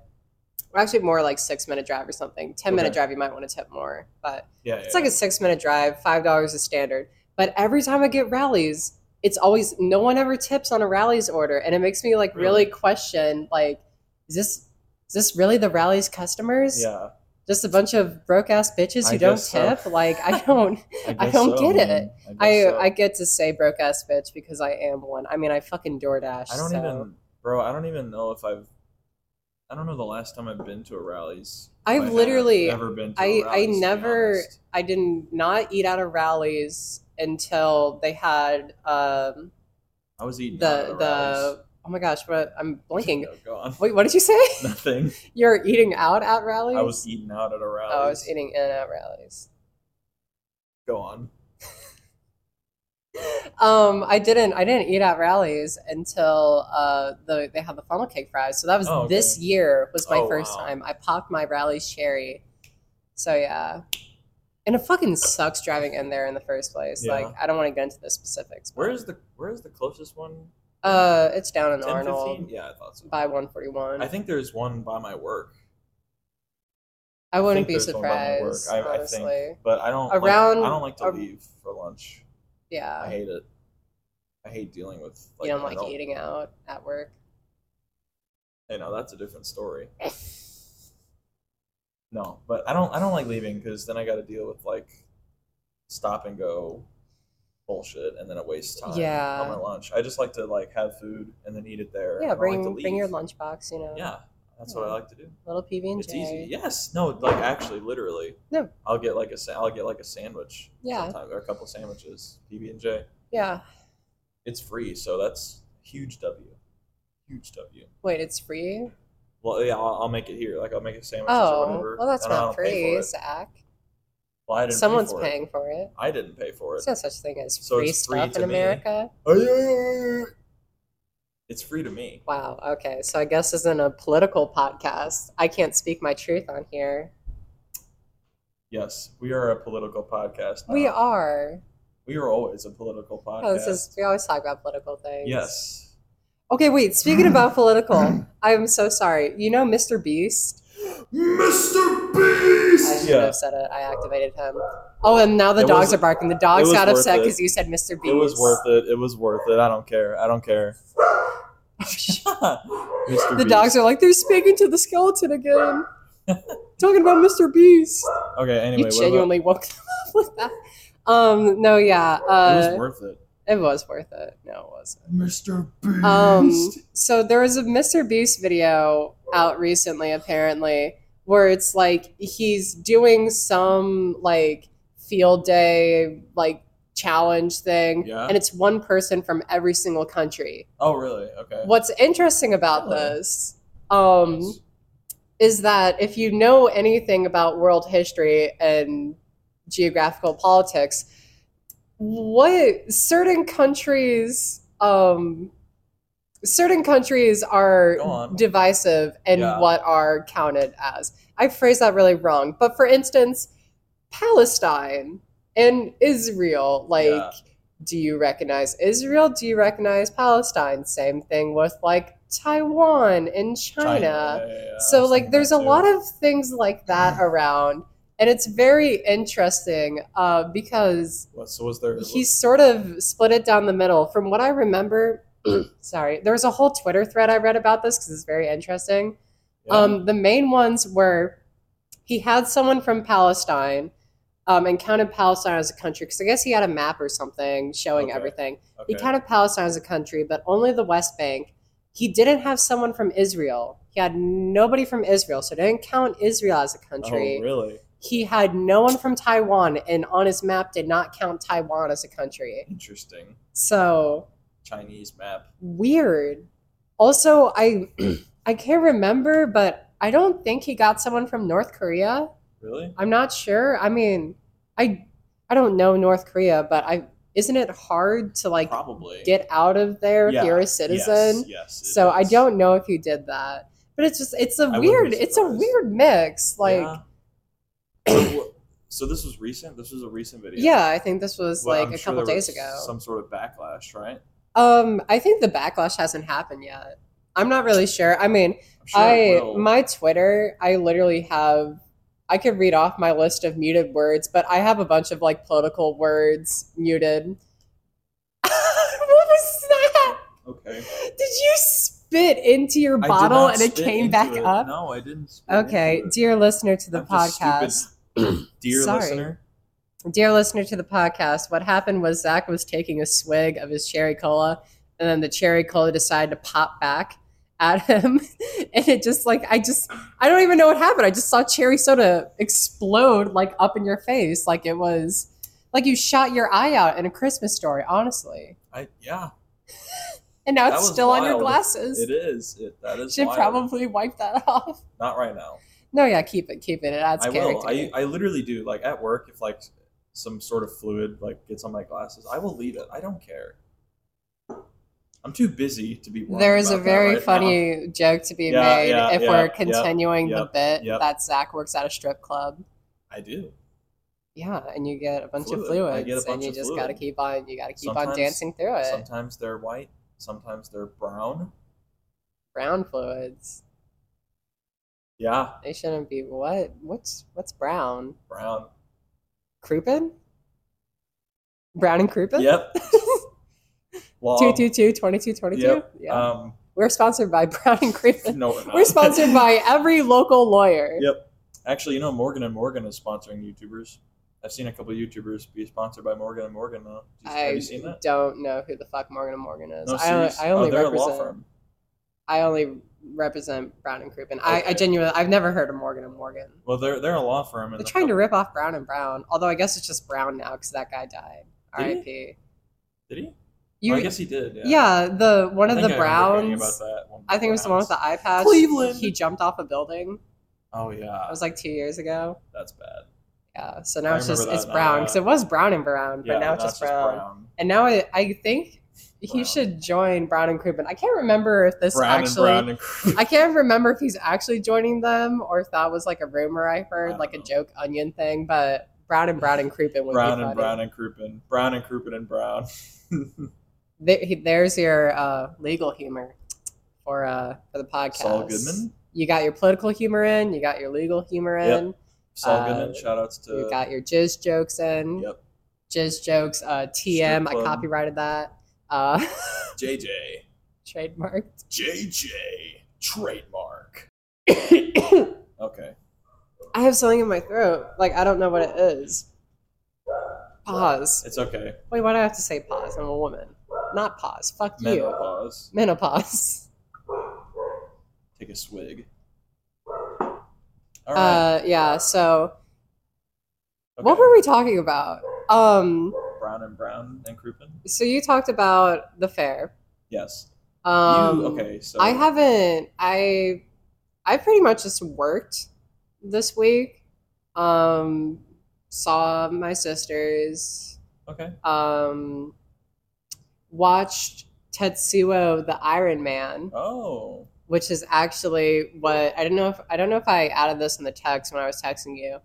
A: or actually more like six minute drive or something 10 minute
C: Okay.
A: drive you might want to tip more but
C: yeah,
A: it's like a six minute drive five dollars is standard but every time i get rallies it's always no one ever tips on a rallies order and it makes me like really,
C: Really?
A: question like is this is this really the rallies customers
C: yeah.
A: just a bunch of broke ass bitches who
C: I
A: don't
C: guess so.
A: tip. Like
C: [LAUGHS]
A: I don't. I
C: guess
A: don't get
C: man.
A: it.
C: I,
A: I
C: guess so.
A: I get to say broke ass bitch because I am one. I mean, I fucking DoorDash.
C: I don't
A: so.
C: even, bro. I don't even know if I've. I don't know the last time I've been to a rallies. if
A: I've literally-
C: ever been. To
A: I-
C: a
A: I
C: rallies, to be
A: never-
C: honest.
A: I did not eat out of rallies until they had um
C: I was eating out
A: the
C: at rallies.
A: the oh my gosh, what I'm blinking.
C: No, go on.
A: Wait, what did you say?
C: [LAUGHS] Nothing.
A: You're eating out at rallies?
C: I was eating out at a rally.
A: Oh, I was eating in at rallies.
C: Go on.
A: Um, I didn't. I didn't eat at rallies until uh, the they had the funnel cake fries. So that was
C: Oh, okay.
A: this year. Was my
C: Oh,
A: first
C: wow.
A: time. I popped my rallies cherry. So yeah, and it fucking sucks driving in there in the first place.
C: Yeah.
A: Like I don't want to get into the specifics. but-
C: Where is the Where is the closest one?
A: Uh, it's down in
C: 10,
A: Arnold
C: 15? Yeah, I thought so.
A: by 141.
C: I
A: I,
C: think there's one by my work. I
A: wouldn't
C: think
A: be
C: there's one by my work,
A: surprised.
C: I- I think.
A: honestly,
C: But I don't.
A: Around-
C: like, I don't like to
A: ar-
C: leave for lunch.
A: yeah.
C: I hate it. I hate dealing with. Like,
A: you don't
C: I
A: like eating out at work.
C: You know that's a
A: [LAUGHS]
C: different story. No, but I don't. I don't like leaving because then I got to deal with like stop and go bullshit, and then it wastes time
A: Yeah.
C: on my lunch. I just like to like have food and then eat it there. I
A: Yeah,
C: don't
A: bring
C: like to
A: bring your
C: leave.
A: lunchbox. You know,
C: Yeah, that's what I like to do.
A: little PB and
C: It's easy.
A: J.
C: Yes. No. Like actually, literally.
A: No.
C: I'll get like a sa- I'll get like a sandwich.
A: Yeah.
C: Sometime, or a couple sandwiches, PB and J.
A: Yeah.
C: It's free, so that's huge W. Huge W.
A: Wait, it's free.
C: Well, yeah, I'll, I'll make it here. Like I'll make a sandwich or
A: Oh,
C: whatever.
A: well, that's
C: I don't- I
A: not
C: don't pay for
A: free,
C: it.
A: Zach.
C: Well, I didn't
A: Someone's
C: pay for
A: paying for it.
C: It. I didn't pay for it.
A: There's no such thing as
C: So
A: free
C: it's free
A: stuff
C: to
A: in
C: me.
A: America.
C: It's free to me.
A: Wow. Okay. So I guess this isn't a political podcast. I can't speak my truth on here.
C: Yes, we are a political podcast. now.
A: We are.
C: We are always a political podcast.
A: Oh, this is. We always talk about political things.
C: Yes.
A: Okay. Wait. Speaking
C: [LAUGHS]
A: about political, I'm so sorry. You know, Mr. Beast.
C: Mr.
A: I
C: Beast.
A: should
C: Yeah.
A: have said it. I activated him. Oh, and now the
C: It
A: dogs
C: was-
A: are barking. The dogs
C: was
A: got
C: worth
A: upset
C: it.
A: because you said Mr. Beast.
C: It was
A: [LAUGHS]
C: worth it. It was worth it. I don't care. I don't care. [LAUGHS]
A: Oh,
C: Mr.
A: The dogs are like, they're speaking to the skeleton
C: [LAUGHS]
A: again. Talking about Mr. Beast.
C: Okay. Anyway,
A: you
C: what
A: genuinely woke them up with that. Um, no, yeah.
C: about-
A: Uh,
C: it was worth it.
A: it was worth it. No, it wasn't.
C: Mr. Beast.
A: Um, so there was a Mr. Beast video out recently, apparently, where it's like he's doing some like field day, like challenge thing.
C: Yeah.
A: And it's one person from every single country.
C: oh, really? Okay.
A: What's interesting about
C: Really?
A: this, um,
C: Nice.
A: is that if you know anything about world history and geographical politics, what certain countries, um, certain countries
C: Go
A: are
C: on.
A: divisive and
C: Yeah.
A: what are counted as. I phrased that really wrong, but for instance, Palestine and Israel, like.
C: Yeah.
A: Do you recognize Israel? Do you recognize Palestine? Same thing with like Taiwan and China
C: Yeah, yeah, yeah. I
A: so
C: was
A: like
C: thinking
A: there's
C: that
A: a
C: too.
A: lot of things like
C: [CLEARS THROAT]
A: that around and it's very interesting uh, because
C: What, so was there?
A: he sort of split it down the middle from what i remember
C: Mm.
A: sorry there was a whole twitter thread i read about this because it's very interesting
C: yeah.
A: um, the main ones were he had someone from palestine um, and counted palestine as a country because i guess he had a map or something showing
C: Okay.
A: everything
C: okay.
A: he counted Palestine as a country, but only the West Bank. He didn't have someone from Israel. He had nobody from Israel, so didn't count Israel as a country.
C: Oh, really?
A: He had no one from Taiwan, and on his map did not count Taiwan as a country.
C: Interesting.
A: So
C: Chinese map.
A: weird. Also, I [CLEARS THROAT] I can't remember, but I don't think he got someone from North Korea.
C: Really?
A: I'm not sure. I mean, I I don't know North Korea, but I isn't it hard to like
C: Probably.
A: get out of there if
C: Yeah,
A: you're a citizen?
C: Yes. yes it
A: so I
C: is.
A: don't know if you did that, but it's just it's a
C: wouldn't be
A: weird it's a
C: surprised.
A: weird mix. Like yeah,
C: Yeah. so, what- so this was recent. This was a recent video.
A: I think this was
C: Well,
A: like
C: I'm
A: a
C: sure
A: couple
C: there
A: days
C: was
A: ago.
C: Some sort of backlash, right?
A: Um, I think the backlash hasn't happened yet. I'm not really sure. I mean,
C: I'm sure
A: I
C: it will.
A: my Twitter, I literally have I could read off my list of muted words, but I have a bunch of [LAUGHS] like political words muted. what was that?
C: Okay.
A: Did you spit into your
C: I did
A: bottle
C: not
A: and it
C: spit
A: came
C: into
A: back
C: it.
A: up?
C: No, I didn't. spit
A: Okay,
C: into it.
A: dear listener to the
C: I'm just
A: podcast.
C: stupid. [CLEARS THROAT] Dear
A: Sorry.
C: listener,
A: Dear listener to the podcast, what happened was Zach was taking a swig of his cherry cola, and then the cherry cola decided to pop back at [LAUGHS] him. And it just like, I just, I don't even know what happened. I just saw cherry soda explode like up in your face. Like it was, like you shot your eye out in a Christmas story, honestly.
C: I yeah,
A: And now
C: That
A: it's
C: was
A: still on your
C: wild.
A: glasses.
C: it is. It, that is.
A: Should
C: wild.
A: probably wipe that [LAUGHS] off.
C: not right now.
A: No, yeah, keep it, keep it. It adds
C: I will.
A: character.
C: I, I literally do. Like at work, if like some sort of fluid like gets on my glasses, I will leave it. I don't care. I'm too busy to be. worrying
A: There is a
C: about that
A: very
C: right now.
A: funny joke to be
C: Yeah,
A: made
C: yeah,
A: if
C: yeah,
A: we're
C: yeah,
A: continuing the bit
C: yep.
A: that Zach works at a strip club.
C: I do.
A: Yeah, and you get a bunch of
C: Fluid. I
A: fluids,
C: get a
A: and
C: bunch
A: you
C: of
A: just
C: fluid.
A: gotta keep on. You gotta keep on
C: Sometimes-
A: dancing through it.
C: Sometimes they're white. Sometimes they're brown.
A: Brown fluids.
C: Yeah,
A: They shouldn't be. What? What's what's brown? [LAUGHS]
C: brown.
A: Crouppen? Brown and Crouppen?
C: Yep. Well,
A: 222 22 22?
C: um, Yep.
A: Yeah.
C: Um, [LAUGHS]
A: we're sponsored by [LAUGHS] Brown and Crouppen.
C: no, we're, not.
A: We're sponsored by every local lawyer.
C: Yep. [LAUGHS] Actually, you know, Morgan and Morgan is sponsoring YouTubers. I've seen a couple YouTubers be sponsored by Morgan and Morgan. Now, Did you- have
A: I
C: you seen that?
A: don't know who the fuck Morgan and Morgan is.
C: No,
A: I only,
C: serious-
A: I only
C: oh, they're
A: represent.
C: a law firm.
A: I only represent Brown and Crouppen. I, I
C: Okay.
A: genuinely, I've never heard of Morgan and Morgan.
C: Well, they're they're a law firm. And
A: They're
C: the
A: trying to
C: company-
A: rip off Brown and Brown. Although I guess it's just Brown now because that guy died.
C: Did he?
A: R.I.P.
C: Did he?
A: You,
C: oh, I guess he did. Yeah.
A: yeah. the one
C: I
A: of the
C: think I remember hearing
A: Browns.
C: about that one
A: I think it was the one with the
C: Browns.
A: eye patch.
C: Cleveland.
A: He jumped off a building.
C: Oh
A: That
C: yeah,
A: was like two years ago.
C: that's bad.
A: Yeah. So now
C: I
A: it's just
C: remember
A: it's
C: that now,
A: Brown
C: yeah.
A: because it was Brown and Brown,
C: Yeah,
A: but now it's just Brown.
C: Brown.
A: And now I, I think he
C: Brown.
A: should join Brown and Crouppen. I can't remember if this
C: Brown
A: actually.
C: and Brown.
A: I can't remember if he's actually joining them or if that was like a rumor I heard,
C: I
A: like a
C: don't
A: joke onion thing. But Brown and Brown and Crouppen
C: And
A: would
C: Brown
A: be funny.
C: and Brown and Crouppen. Brown and Crouppen and Brown.
A: Th- he- there's your uh, legal humor for uh, for the podcast.
C: Saul Goodman.
A: You got your political humor in. You got your legal humor
C: Yep.
A: in.
C: Saul
A: Uh,
C: Goodman. Shoutouts to.
A: You got your jizz jokes in.
C: Yep.
A: Jizz jokes. Uh, TM.
C: Strip
A: I
C: club.
A: copyrighted that. Uh, [LAUGHS]
C: JJ.
A: trademarked.
C: JJ.
A: [COUGHS]
C: Trademark.
A: I
C: Okay.
A: have something in my throat. Like I don't know what it is. Pause.
C: It's okay.
A: Wait, why do I have to say pause? I'm a woman. Not pause. Fuck you.
C: Menopause.
A: Menopause.
C: Take a swig. All right.
A: Uh, yeah. So,
C: okay.
A: what were we talking about? Um,
C: Brown and Brown and Crouppen?
A: so you talked about the fair.
C: Yes.
A: Um,
C: you, okay, so.
A: I haven't. I, I pretty much just worked this week. Um, saw my sisters.
C: Okay.
A: Um, watched Tetsuo the Iron Man.
C: Oh.
A: which is actually what I don't know if I don't know if I added this in the text when I was texting you,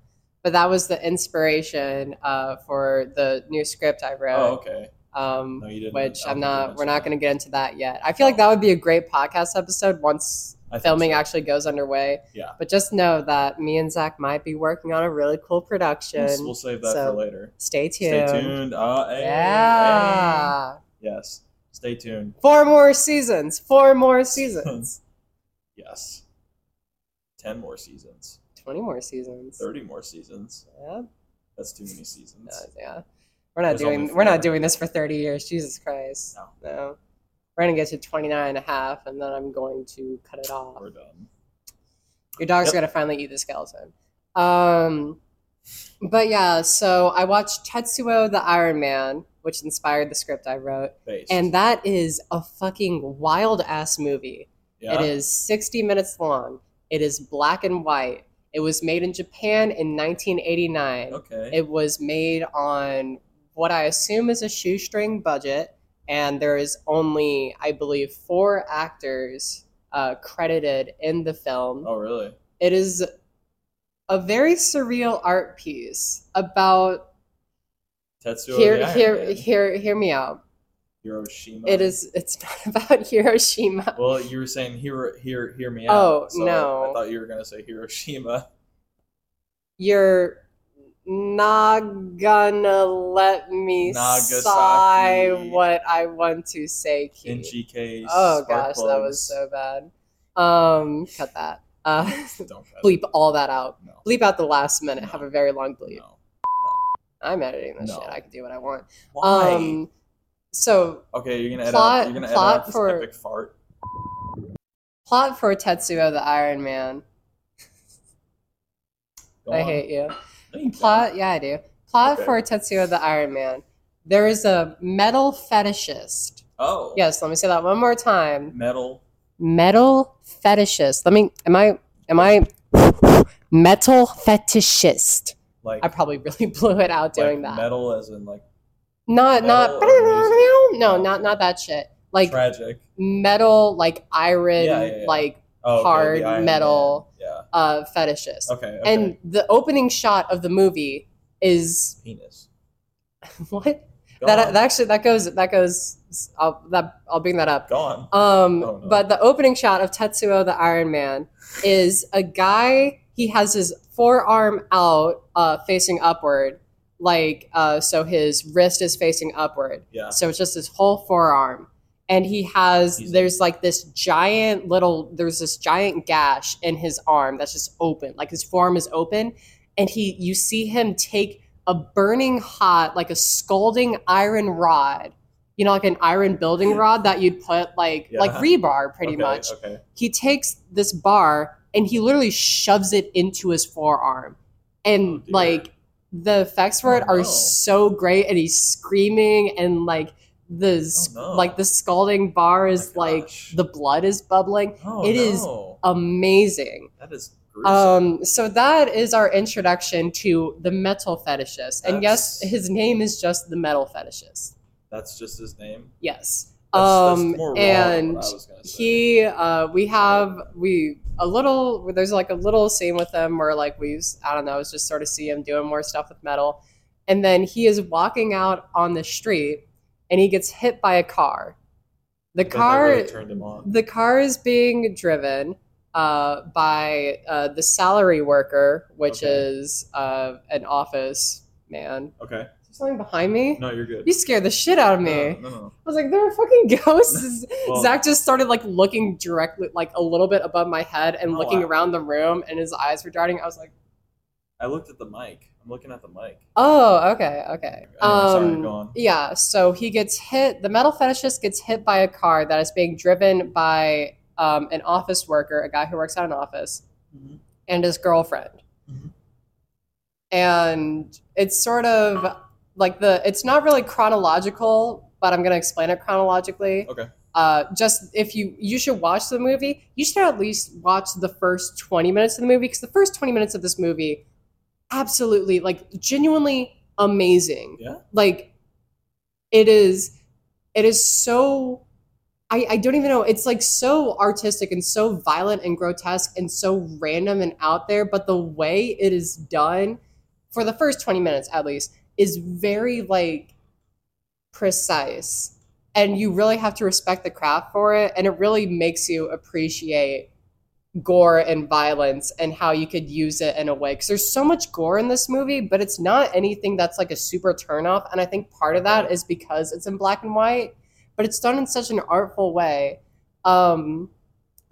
A: but that was the inspiration uh, for the new script I
C: Oh,
A: wrote.
C: okay.
A: Um,
C: No, you didn't.
A: which
C: I
A: I'm
C: don't think you
A: not. We're
C: mentioned
A: not going
C: that.
A: to get into that yet. I feel like that would be a great podcast episode once
C: I think
A: filming
C: so.
A: actually goes underway.
C: Yeah.
A: But just know that me and Zach might be working on a really cool production.
C: We'll, we'll save that
A: so
C: for later.
A: Stay
C: Stay
A: tuned.
C: tuned. Uh, hey, hey.
A: Yeah.
C: Yes. Stay tuned.
A: Four more seasons. Four more
C: [LAUGHS]
A: seasons.
C: Yes. 10 more seasons.
A: Twenty more seasons.
C: 30 more seasons.
A: Yeah.
C: That's too many
A: No,
C: seasons.
A: yeah, we're not
C: There's only
A: doing we're not
C: four.
A: doing this for 30 years. Jesus Christ. No. We're going to get to 29 and a half and then I'm going to cut it off.
C: We're done.
A: Your dog's
C: Yep.
A: going to finally eat the skeleton. Um but yeah, so I watched Tetsuo the Iron Man, which inspired the script I wrote,
C: Based.
A: and that is a fucking wild ass movie.
C: yeah.
A: It is 60 minutes long. It is black and white. It was made in Japan in 1989.
C: Okay.
A: It was made on what I assume is a shoestring budget, and there is only, I believe, four actors uh, credited in the film.
C: oh, really?
A: It is a very surreal art piece about.
C: Tetsuo the
A: Hear,
C: Iron
A: hear,
C: Man.
A: hear, hear me out.
C: Hiroshima.
A: It is. It's [LAUGHS] not about Hiroshima.
C: Well, you were saying hear hear hear me
A: Oh,
C: out. so
A: no.
C: I thought you were gonna say Hiroshima.
A: You're not gonna let me
C: Nagasaki.
A: sigh what I want to say. Key.
C: in GK's.
A: Oh
C: spark
A: gosh, that was so
C: plugs.
A: bad. Um, cut that. Uh, [LAUGHS]
C: Don't cut it.
A: bleep all that out.
C: No.
A: Bleep out the last minute.
C: No.
A: Have a very long bleep.
C: No.
A: I'm editing this
C: No.
A: shit. I can do what I want.
C: Why?
A: Um, so
C: okay, you're gonna edit.
A: plot-
C: out, you're gonna edit
A: plot
C: out this
A: for-
C: epic fart.
A: plot for Tetsuo the Iron Man.
C: Go
A: I
C: on.
A: hate you.
C: No, you don't.
A: Plot, yeah, I do. Plot
C: Okay.
A: for Tetsuo the Iron Man. There is a metal fetishist.
C: Oh.
A: Yes, let me say that one more time.
C: Metal.
A: metal fetishist. Let me. Am I? Am I? Metal fetishist.
C: Like.
A: I probably really [LAUGHS] blew it out doing
C: like
A: that.
C: Metal, as in like
A: not
C: metal
A: not.
C: or music.
A: [LAUGHS] No, not not that shit. Like
C: tragic.
A: metal, like iron,
C: Yeah, yeah, yeah.
A: like
C: Oh, okay,
A: hard
C: the Iron
A: metal.
C: Man. Yeah.
A: uh, fetishist.
C: Okay. okay.
A: And the opening shot of the movie is [LAUGHS]
C: penis.
A: what?
C: Go
A: That, uh,
C: on.
A: that actually that goes that goes. I'll that I'll bring that up.
C: Go on.
A: Um,
C: Oh, no.
A: But the opening shot of Tetsuo the Iron Man is a guy. He has his forearm out, uh, facing upward, like uh, so. His wrist is facing upward,
C: Yeah.
A: so it's just his whole forearm. And he has
C: He's-
A: there's like this giant little there's this giant gash in his arm that's just open, like his forearm is open, and he you see him take a burning hot like a scalding iron rod you know, like an iron
C: [LAUGHS]
A: building rod that you'd put like
C: Yeah.
A: like rebar pretty
C: okay,
A: much.
C: Okay. Oh,
A: He takes this bar and he literally shoves it into his forearm.
C: Oh,
A: And
C: dear.
A: like the effects for
C: Oh,
A: it are
C: no.
A: so great and he's screaming and like the s-
C: no. Oh
A: like the scalding bar is
C: My
A: like
C: gosh.
A: the blood is bubbling.
C: Oh,
A: it is-
C: no.
A: Amazing.
C: That is gruesome.
A: Um, so that is our introduction to the metal fetishist. And yes,
C: That's-
A: his name is just the metal fetishist.
C: that's just his name.
A: Yes.
C: That's- that's
A: um,
C: more raw than
A: and
C: what I was gonna say.
A: he, uh, we have we a little. There's like a little scene with him where like we, s- I don't know, it's just sort of see him doing more stuff with metal, and then he is walking out on the street and he gets hit by a car. The
C: But that
A: car,
C: really turned him on.
A: the car is being driven uh, by uh, the salary worker, which
C: Okay.
A: is uh, an office man.
C: Okay.
A: Is there something behind me?
C: No, you're good.
A: You scared the shit out of me.
C: No,
A: [LAUGHS]
C: no, no.
A: I was like, there are fucking ghosts.
C: [LAUGHS]
A: [LAUGHS]
C: Well-
A: Zach just started like looking directly, like a little bit above my head and
C: No,
A: looking
C: Oh, I-
A: around the room, and his eyes were darting. I was like,
C: I looked at the mic. I'm looking at the mic.
A: oh, okay, okay.
C: Anyway, sorry,
A: Um,
C: go on.
A: Yeah, so he gets hit. The metal fetishist gets hit by a car that is being driven by um, an office worker, a guy who works at an office,
C: Mhm.
A: and his girlfriend.
C: Mhm.
A: And it's sort of like the, it's not really chronological, but I'm going to explain it chronologically.
C: Okay.
A: Uh, just if you you should watch the movie, you should at least watch the first 20 minutes of the movie because the first 20 minutes of this movie absolutely like genuinely amazing like it is it is so I, I don't even know it's like so artistic and so violent and grotesque and so random and out there but the way it is done for the first 20 minutes at least is very like precise and you really have to respect the craft for it and it really makes you appreciate gore and violence and how you could use it in a way because there's so much gore in this movie but it's not anything that's like a super turnoff and i think part of that is because it's in black and white but it's done in such an artful way um,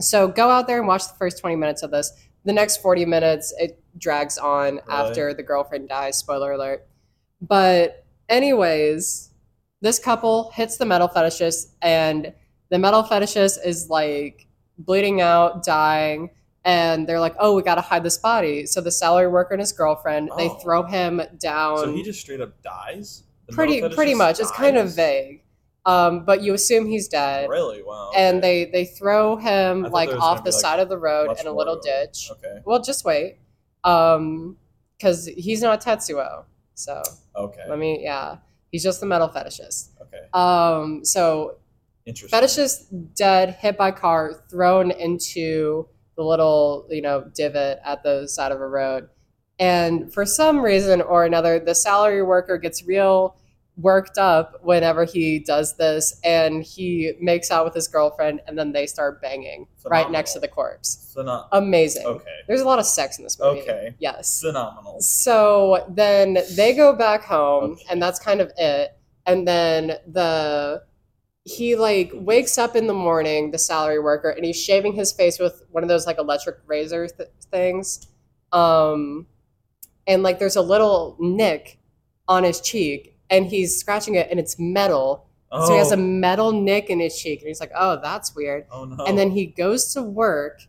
A: so go out there and watch the first 20 minutes of this the next 40 minutes it drags on after the girlfriend dies spoiler alert but anyways this couple hits the metal fetishist and the metal fetishist is like bleeding out dying and they're like oh we gotta hide this body so the salary worker and his girlfriend they
C: Oh.
A: throw him down
C: so he just straight up dies. The
A: Um, pretty
C: metal
A: pretty
C: fetishist
A: much it's kind of
C: dies?
A: vague um, but you assume he's dead
C: Really? Wow.
A: and
C: okay.
A: they they throw him
C: I thought
A: like
C: there was
A: off
C: gonna
A: the
C: be, like,
A: side of the road
C: much
A: in a
C: more
A: little
C: going on.
A: ditch
C: Okay.
A: well just wait um because he's not tetsuo so
C: Okay.
A: let me yeah he's just the metal fetishist
C: okay.
A: um so
C: Interesting.
A: fetishist dead hit by car thrown into the little you know divot at the side of a road and for some reason or another the salary worker gets real worked up whenever he does this and he makes out with his girlfriend and then they start banging right
C: Phenomenal.
A: next to the corpse.
C: Phenom-
A: Amazing.
C: okay.
A: There's a lot of sex in this movie.
C: Okay.
A: Yes.
C: Phenomenal.
A: So then they go back home,
C: Okay.
A: and that's kind of it. And then the he like wakes up in the morning, the salary worker, and he's shaving his face with one of those like electric razor th- things. Um, and like there's a little nick on his cheek, and he's scratching it, and it's metal.
C: Oh,
A: So he has a metal nick in his cheek, and he's like, "Oh, that's weird."
C: oh no.
A: and then he goes to work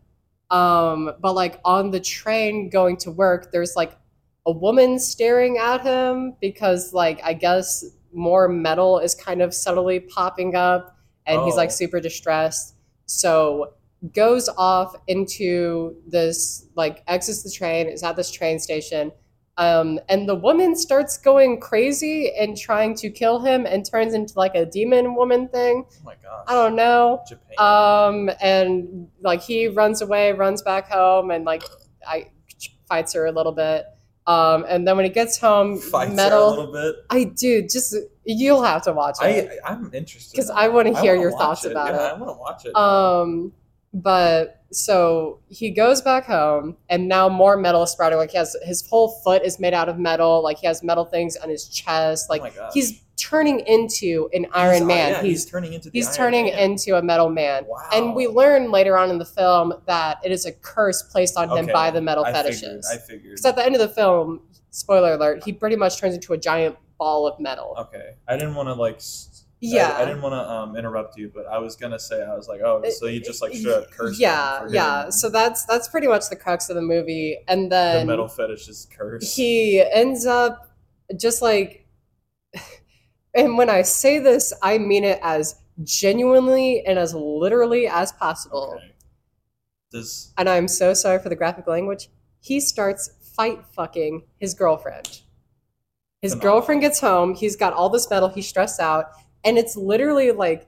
A: um but like on the train going to work there's like a woman staring at him because like i guess more metal is kind of subtly popping up and he's like
C: Oh.
A: super distressed so goes off into this like exits the train is at this train station um, and the woman starts going crazy and trying to kill him and turns into like a demon woman thing
C: oh my gosh.
A: i don't know
C: Japan.
A: um, and like he runs away, runs back home, and like I fights her a little bit. Um, and then when he gets home,
C: [LAUGHS] Fights her
A: um, metal.
C: a little bit.
A: I do just you'll have to watch it
C: I I'm interested.
A: because
C: in
A: I
C: that.
A: want to hear
C: wanna
A: your
C: watch
A: thoughts
C: it.
A: about
C: yeah,
A: it.
C: I want to watch it. Oh
A: Um, but so he goes back home, and now more metal is sprouting. Like he has his whole foot is made out of metal. Like he has metal things on his chest.
C: Oh my
A: Like
C: gosh.
A: he's turning into an Iron
C: He's- uh, oh,
A: Man.
C: yeah,
A: he's
C: turning into the
A: he's
C: Iron
A: turning
C: Man.
A: into a metal man.
C: Wow.
A: And we learn later on in the film that it is a curse placed on him
C: Okay,
A: by the metal
C: I figured.
A: fetishes.
C: I figured.
A: Because at the end of the film, spoiler alert, he pretty much turns into a giant ball of metal.
C: Okay, I didn't want to like. s- I-
A: Yeah.
C: I, didn't want to um, interrupt you, but I was gonna say I was like, oh, so you just like should have cursed. him
A: Yeah,
C: for
A: yeah.
C: him.
A: So that's that's pretty much the crux of the movie. And
C: the
A: then
C: metal fetish is cursed.
A: he ends up just like [LAUGHS] and when I say this, I mean it as genuinely and as literally as possible.
C: okay. Does [CLEARS THROAT]
A: and I'm so sorry for the graphic language. He starts fight fucking his girlfriend. His
C: Phenomenal.
A: girlfriend gets home. He's got all this metal. He's stressed out, and it's literally like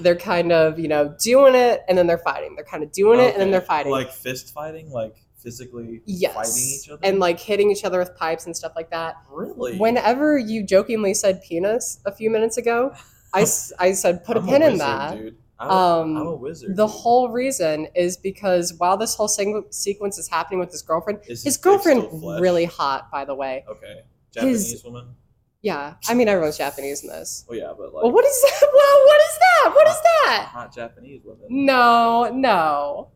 A: they're kind of you know doing it, and then they're fighting. They're kind of doing it, and then
C: Okay.
A: they're fighting.
C: Like fist fighting, like physically
A: yes,
C: fighting each other.
A: and like hitting each other with pipes and stuff like that.
C: really,
A: Whenever you jokingly said penis a few minutes ago, I, s- I said put a
C: I'm
A: pin in
C: wizard,
A: that.
C: Dude. I'm,
A: Um,
C: I'm a wizard.
A: The
C: dude.
A: whole reason is because while this whole seg- sequence is happening with his girlfriend,
C: Is
A: his
C: dick
A: girlfriend
C: still flesh?
A: really hot, by the way.
C: Okay, Japanese
A: His-
C: woman.
A: Yeah, I mean everyone's Japanese in this.
C: Well, yeah, but like
A: Well, what is that? [LAUGHS] Well, what is that? What is that?
C: hot Japanese woman.
A: Mm. No, no,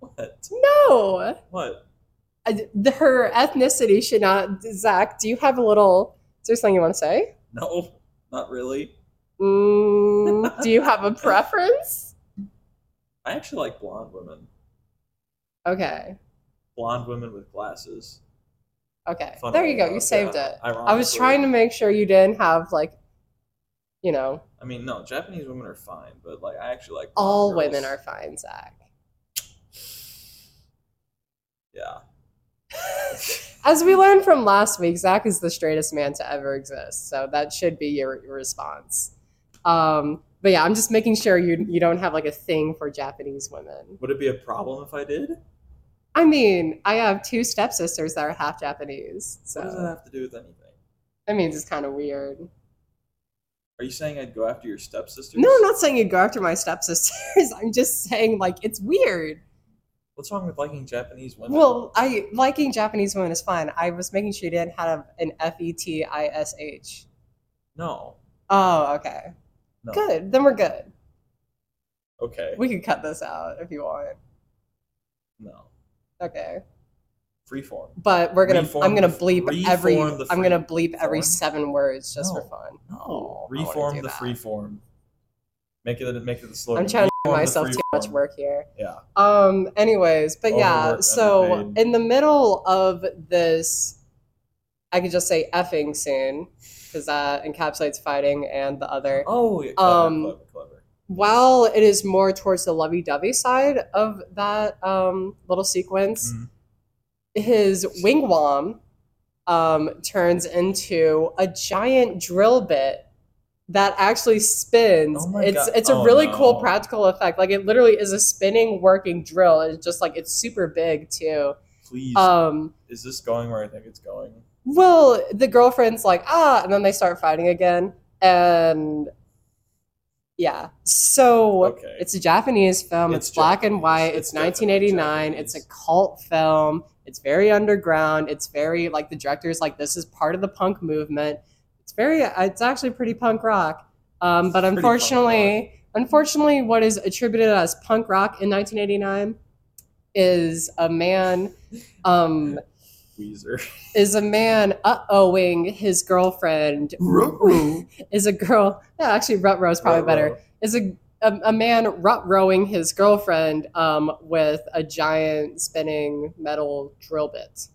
C: What?
A: no.
C: What? [LAUGHS]
A: I- the- Her ethnicity should not. Zach, do you have a little? Is there something you want to say?
C: No, not really.
A: Mm, do you have
C: [LAUGHS]
A: a preference?
C: I actually like blonde women.
A: Okay,
C: Blonde women with glasses.
A: okay.
C: Funnily
A: There you go. You
C: enough,
A: saved
C: yeah,
A: it. I was trying to
C: ironically.
A: make sure you didn't have like, you know,
C: I mean, no, Japanese women are fine, but like, I actually like. blonde
A: all
C: girls.
A: women are fine, Zach.
C: Yeah.
A: As we learned from last week, Zach is the straightest man to ever exist, so that should be your your response. Um, but yeah, I'm just making sure you you don't have like a thing for Japanese women.
C: Would it be a problem if I did?
A: I mean, I have two stepsisters that are half Japanese,
C: What does that
A: so
C: have to do with anything?
A: that means it's kind of weird.
C: Are you saying I'd go after your stepsisters?
A: No, I'm not saying you go after my stepsisters. [LAUGHS] I'm just saying like it's weird.
C: What's wrong with liking Japanese women?
A: Well, I liking Japanese women is fine. I was making sure you didn't have an F E T I S H.
C: no,
A: Oh, okay.
C: no.
A: Good. Then we're good.
C: Okay,
A: We could cut this out if you want.
C: no.
A: Okay.
C: Freeform.
A: But we're gonna
C: Reform
A: I'm gonna
C: the-
A: bleep every
C: reform the
A: I'm gonna
C: free
A: bleep every
C: form?
A: seven words just for
C: No.
A: fun.
C: No.
A: I wanna
C: Reform
A: do
C: the
A: that.
C: free form. Make it make it the slogan.
A: I'm trying to give
C: Reform the
A: myself
C: free
A: too much
C: form.
A: work here.
C: Yeah.
A: Um anyways, but yeah,
C: Overworked,
A: so
C: underpaid.
A: in the middle of this I could just say effing soon, because that encapsulates fighting and the other.
C: Oh, yeah, clever,
A: Um,
C: clever, clever.
A: while it is more towards the lovey-dovey side of that um, little sequence,
C: Mhm.
A: his wigwam um, turns into a giant drill bit that actually spins.
C: Oh my
A: it's
C: God.
A: it's a
C: Oh,
A: really cool
C: no.
A: practical effect. Like it literally is a spinning working drill. It's just like it's super big too.
C: Please,
A: Um,
C: is this going where I think it's going?
A: well, the girlfriend's like, ah, and then they start fighting again. And yeah. So
C: Okay.
A: it's a Japanese film.
C: It's
A: It's, black
C: Japanese.
A: and white.
C: It's
A: It's,
C: definitely
A: 1989. It's a
C: Japanese.
A: cult film. It's very underground. It's very like the director's like this is part of the punk movement. It's very it's actually pretty punk rock. Um, but
C: Pretty punk
A: unfortunately, unfortunately what is attributed as punk rock in 1989 is a man um
C: Weezer.
A: is a man uh-ohing his girlfriend is a girl no actually rut row is [LAUGHS]
C: [LAUGHS]
A: probably better is a a, a man rut rowing his girlfriend um with a giant spinning metal drill bit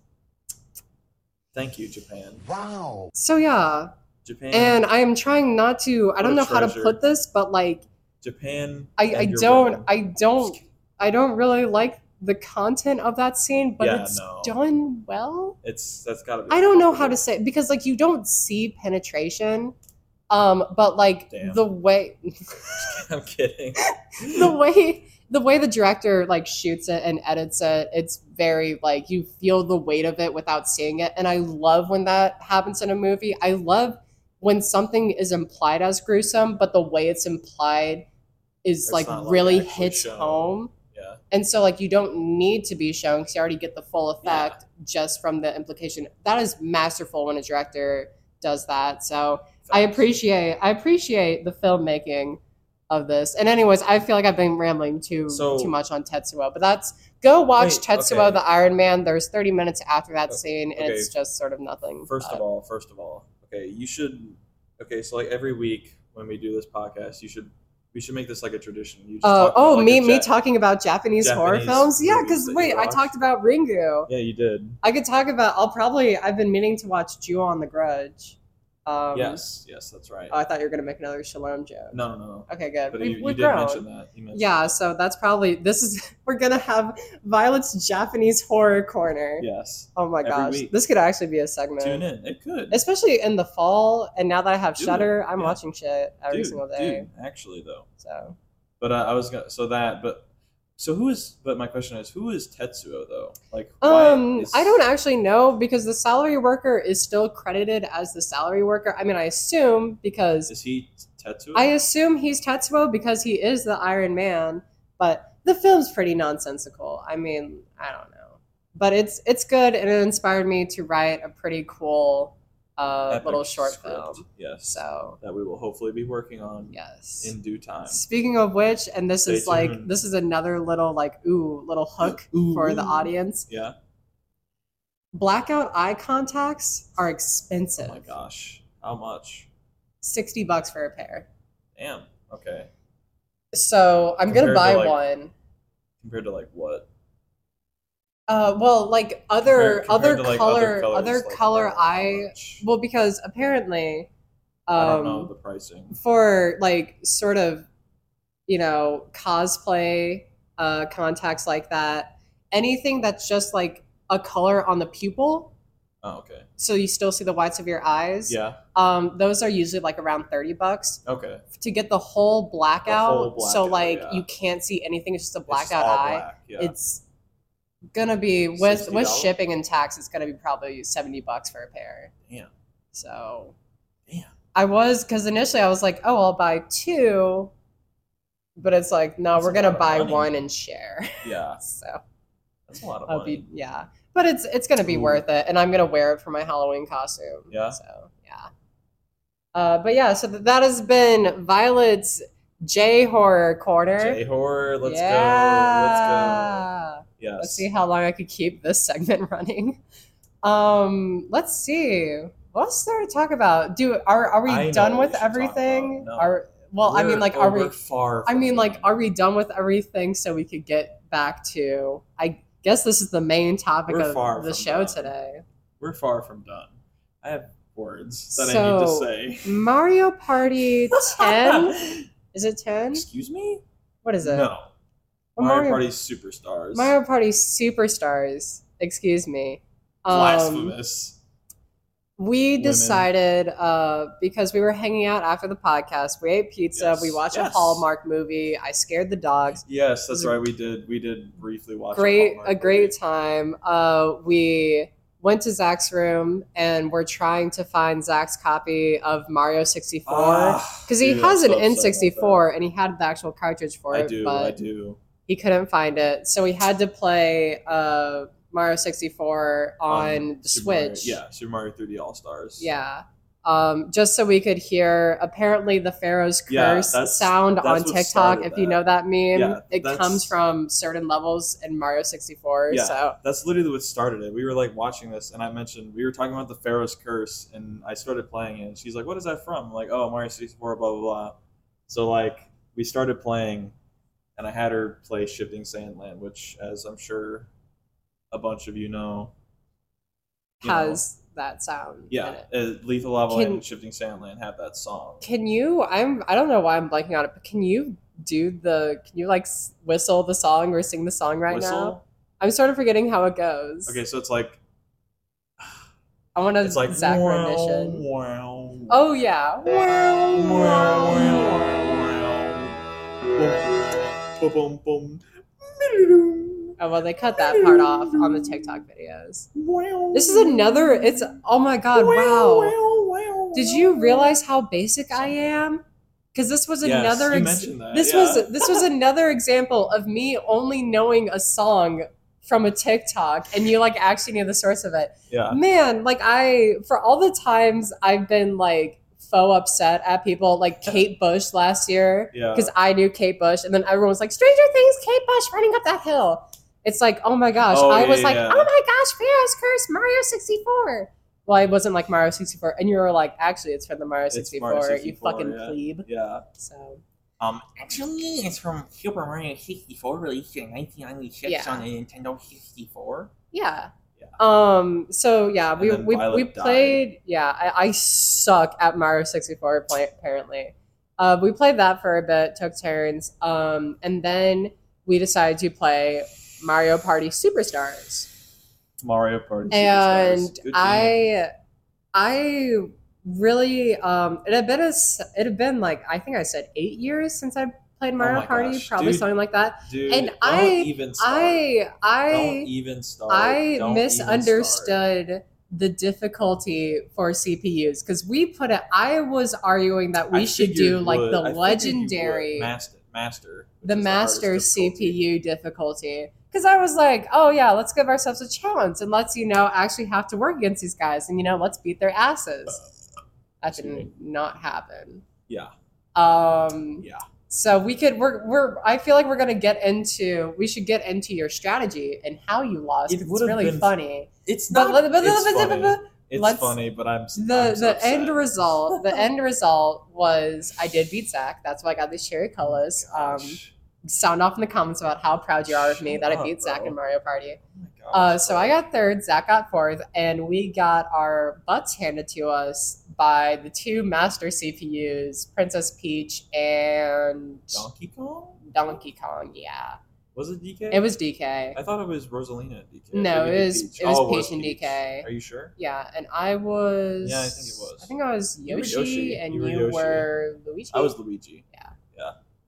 C: Thank you, Japan.
E: Wow.
A: so yeah
C: Japan.
A: and i am trying not to i don't
C: What a
A: know how to
C: treasure.
A: put this but like
C: Japan.
A: i
C: and
A: i
C: your
A: don't
C: women.
A: i don't i don't really like the content of that scene but
C: Yeah,
A: it's
C: no.
A: done well
C: It's that's gotta be.
A: I don't know how to say it because like you don't see penetration, um, but like
C: Damn.
A: the way
C: [LAUGHS]
A: [LAUGHS]
C: I'm kidding.
A: the way the way the director like shoots it and edits it, it's very like you feel the weight of it without seeing it. And I love when that happens in a movie. I love when something is implied as gruesome, but the way it's implied is
C: It's
A: like
C: not, like,
A: really
C: actually
A: hits
C: shown.
A: home.
C: [LAUGHS] Yeah.
A: And so, like, you don't need to be shown because you already get the full
C: Yeah.
A: effect just from the implication. That is masterful when a director does that. So I appreciate I appreciate the filmmaking of this. And anyways, I feel like I've been rambling too
C: So-
A: too much on Tetsuo, but that's go watch
C: Wait,
A: Tetsuo
C: okay.
A: the Iron Man. There's 30 minutes after that
C: O-
A: scene, and
C: okay.
A: it's just sort of nothing. Uh,
C: First of
A: but-
C: all, first of all, okay, you should. Okay, so like every week when we do this podcast, you should we should make this like a tradition. You just
A: Uh,
C: talk about,
A: oh,
C: like,
A: me
C: your
A: me
C: Jap-
A: talking about Japanese, horror
C: Japanese
A: films? Yeah,
C: movies
A: because
C: that you
A: wait, I
C: watch.
A: talked about Ringu.
C: Yeah, you did.
A: I could talk about. I'll probably. I've been meaning to watch Jew on the Grudge. Um,
C: yes, yes, that's right.
A: Oh, I thought you were gonna make another Shalom joke.
C: no, no, no.
A: Okay, good.
C: But
A: uh, we've
C: you, you
A: we've
C: did
A: grown.
C: mention that. You mentioned
A: Yeah, so that's probably this is [LAUGHS] we're gonna have Violet's Japanese horror corner.
C: that. Yes.
A: Oh my
C: Every
A: gosh,
C: week.
A: this could actually be a segment,
C: Tune in. It could.
A: especially in the fall. And now that I have
C: Do it.
A: Shutter, I'm
C: Yeah.
A: watching shit every
C: Dude,
A: single day.
C: dude, actually, though.
A: So
C: But uh, I was gonna so that. But so who is? But my question is, who is Tetsuo though? Like, why
A: Um,
C: is-
A: I don't actually know because the salary worker is still credited as the salary worker. I mean, I assume because
C: Is he Tetsuo?
A: I assume he's Tetsuo because he is the Iron Man, but the film's pretty nonsensical. I mean, I don't know. But it's it's good and it inspired me to write a pretty cool uh,
C: Epic
A: little short
C: script,
A: film.
C: Yes.
A: So,
C: that we will hopefully be working on
A: yes.
C: in due time.
A: Speaking of which, and this
C: Stay
A: is like
C: tuned.
A: this is another little like ooh little hook
C: Ooh,
A: for the
C: ooh.
A: audience.
C: Yeah.
A: Blackout eye contacts are
C: Oh
A: expensive.
C: my gosh. How much?
A: 60 bucks for a pair.
C: Damn. Okay.
A: So, I'm going
C: Compared to,
A: to buy
C: like,
A: one.
C: Compared to like what?
A: Uh, well, like other
C: Compar-
A: other
C: compared to, like,
A: color
C: colors,
A: other
C: like, uh,
A: color
C: how
A: eye.
C: much?
A: Well, because apparently,
C: I don't know the
A: um,
C: pricing.
A: for like sort of, you know, cosplay uh, contacts like that, anything that's just like a color on the pupil,
C: Oh, okay.
A: so you still see the whites of your eyes.
C: Yeah.
A: Um, those are usually like around thirty bucks
C: Okay.
A: to get the whole blackout. so
C: blackout,
A: like
C: yeah.
A: you can't see anything; it's just a
C: It's just
A: blackout
C: all
A: eye
C: black, Yeah.
A: it's gonna be with with
C: $60?
A: shipping and tax it's gonna be probably 70 bucks for a pair
C: Damn.
A: so
C: Damn.
A: i was because initially i was like oh i'll buy two but it's like no
C: That's
A: we're
C: a
A: gonna
C: lot of
A: buy
C: money.
A: one and
C: [LAUGHS]
A: share
C: yeah.
A: so
C: That's a lot of
A: i'll
C: money.
A: be yeah but it's it's gonna be
C: Ooh.
A: worth it and i'm gonna wear it for my halloween costume
C: Yeah?
A: so yeah uh, but yeah so th- that has been violet's j horror corner
C: J horror. Let's go. Let's go.
A: Yeah.
C: Yes.
A: Let's see how long I could keep this segment [LAUGHS] running. Um, let's see. What else is there to talk about? Do are are we
C: I know
A: done with
C: what we should talk
A: everything?
C: about. No.
A: Are well, I mean,
C: We're-
A: like,
C: oh,
A: are
C: we're
A: we?
C: far?
A: I
C: from
A: mean, like,
C: done.
A: are we done with everything so we could get back to? I guess this is the main topic
C: We're far
A: of the
C: from
A: show
C: done.
A: today.
C: We're far from done. I have words that I need to
A: So-
C: say.
A: Mario
C: [LAUGHS]
A: Party Ten is it ten?
C: Excuse me?
A: What is it?
C: No.
A: Well,
C: Mario,
A: Mario-
C: Party Superstars.
A: Mario Party Superstars. Excuse me. Um,
C: Blasphemous.
A: we
C: women.
A: decided uh, because we were hanging out after the podcast we ate pizza
C: Yes.
A: we watched
C: Yes.
A: a hallmark movie i scared the dogs
C: yes, that's
A: was a-
C: right. We did. We did briefly watch.
A: great
C: Hallmark
A: a great
C: movie.
A: time uh, we went to Zach's room and we're trying to find Zach's copy of Mario 64
C: Ah,
A: because he
C: dude,
A: has
C: I'm
A: an
C: so upset about
A: N64 and he had the actual cartridge
C: that.
A: for
C: I
A: it,
C: do.
A: but
C: I do.
A: he couldn't find it, so he had to play uh, Mario 64 on the
C: Um, Super Mario-
A: Switch.
C: yeah, Super Mario 3D All Stars.
A: Yeah. Um, just so we could hear apparently the Pharaoh's
C: Yeah,
A: curse
C: that's-
A: sound
C: that's
A: on
C: what
A: TikTok.
C: started
A: If you
C: that.
A: know that meme,
C: Yeah,
A: it
C: that's-
A: comes from certain levels in Mario 64.
C: Yeah.
A: So
C: That's literally what started it. We were like watching this, and I mentioned we were talking about the Pharaoh's Curse, and I started playing it. And she's like, "What is that from?" I'm like, "Oh, Mario 64." Blah blah blah. So like, we started playing, and I had her play Shifting Sandland, which, as I'm sure, a bunch of you know, you know,
A: has that sound. In
C: yeah,
A: it.
C: uh, Lethal Lava Land
A: Can-
C: and Shifting Sandland have that song.
A: Can you? I'm. I don't know why I'm blanking on it, but can you do the? Can you like s- whistle the song or sing the song right now?
C: Whistle?
A: I'm sort of forgetting how it goes.
C: Okay, so it's like
A: I want to
C: it's like
A: Zach
C: wow,
A: rendition.
C: wow, Oh.
A: Oh yeah.
C: Boom, boom,
A: Oh well, they cut that part off on the TikTok videos.
C: boom.
A: This is another. It's oh my god! Wow. Did you realize how basic I am? Because this was
C: Yes,
A: another.
C: you
A: ex-
C: mentioned that,
A: this
C: yeah.
A: was this was another example of me only knowing a song from a TikTok, and you like actually knew the source of it.
C: Yeah.
A: Man, like I for all the times I've been like faux upset at people,
C: [LAUGHS]
A: like Kate Bush last year
C: Yeah.
A: because I knew Kate Bush, and then everyone was like, "Stranger Things, Kate Bush running up that hill." It's like, oh my gosh,
C: Oh,
A: I
C: yeah,
A: was like,
C: yeah.
A: oh my gosh, Pharaoh's Curse, Mario sixty four. Well, it wasn't like Mario sixty four, and you were like, actually, it's from the Mario
C: It's
A: sixty
C: Mario
A: four. You
C: 64,
A: fucking
C: yeah.
A: plebe.
C: Yeah.
A: So
E: Um, actually, it's from Super Mario 64, released in 1996
A: Yeah.
E: on the Nintendo 64.
A: yeah.
C: Yeah.
A: Um. So yeah,
C: And
A: we
C: then
A: we, we
C: Violet died.
A: played. Yeah, I, I suck at Mario sixty four. Apparently, uh, we played that for a bit, took turns, um, and then we decided to play Mario Party Superstars.
C: Mario Party.
A: and
C: Superstars. Good game.
A: I, I really, um, it had been a, s- it had been like I think I said eight years since I played Mario
C: Oh my
A: Party,
C: gosh,
A: probably
C: dude.
A: something like that.
C: Dude,
A: and
C: don't
A: I-
C: even start.
A: I,
C: don't
A: I,
C: even start. Don't
A: I
C: even start.
A: misunderstood the difficulty for CPUs because we put it. I was arguing that we
C: I
A: should
C: figured
A: do
C: you
A: like
C: would.
A: the
C: I figured you would.
A: legendary
C: master, master, which
A: the
C: is hardest
A: master
C: difficulty.
A: CPU difficulty. Because I was like, oh yeah, let's give ourselves a challenge and let's, you know, actually have to work against these guys and, you know, let's beat their asses. That
C: Excuse
A: did not happen.
C: Yeah.
A: Um,
C: Yeah.
A: So we could, we're, we're, I feel like we're going to get into, we should get into your strategy and how you lost.
C: It
A: 'cause it's
C: would've
A: really
C: been-
A: funny.
C: It's
A: But-
C: not.
A: but- but-
C: it's
A: but- but-
C: funny.
A: but-
C: It's
A: Let's-
C: funny, but I'm
A: the
C: I'm so
A: the end
C: upset.
A: result the end result was I did beat Zach. That's why I got these cherry colors. Um,
C: Oh Gosh.
A: sound off in the comments about how proud you are of me
C: Shut
A: that I
C: up,
A: beat Zach
C: bro.
A: in Mario Party.
C: Oh my gosh,
A: Uh, so
C: bro.
A: I got third, Zach got fourth, and we got our butts handed to us by the two master CPUs, Princess Peach and
C: Donkey Kong.
A: Donkey Kong. Yeah,
C: Was it DK?
A: it was DK.
C: I thought it was Rosalina and DK.
A: No,
C: Maybe
A: it was- it was Peach and DK.
C: Are you sure?
A: Yeah, and I was.
C: Yeah, I think it was.
A: I think I was
C: You were
A: Yoshi,
C: Yoshi.
A: and
C: You
A: you
C: were
A: were,
C: Yoshi.
A: Luigi.
C: I was Luigi.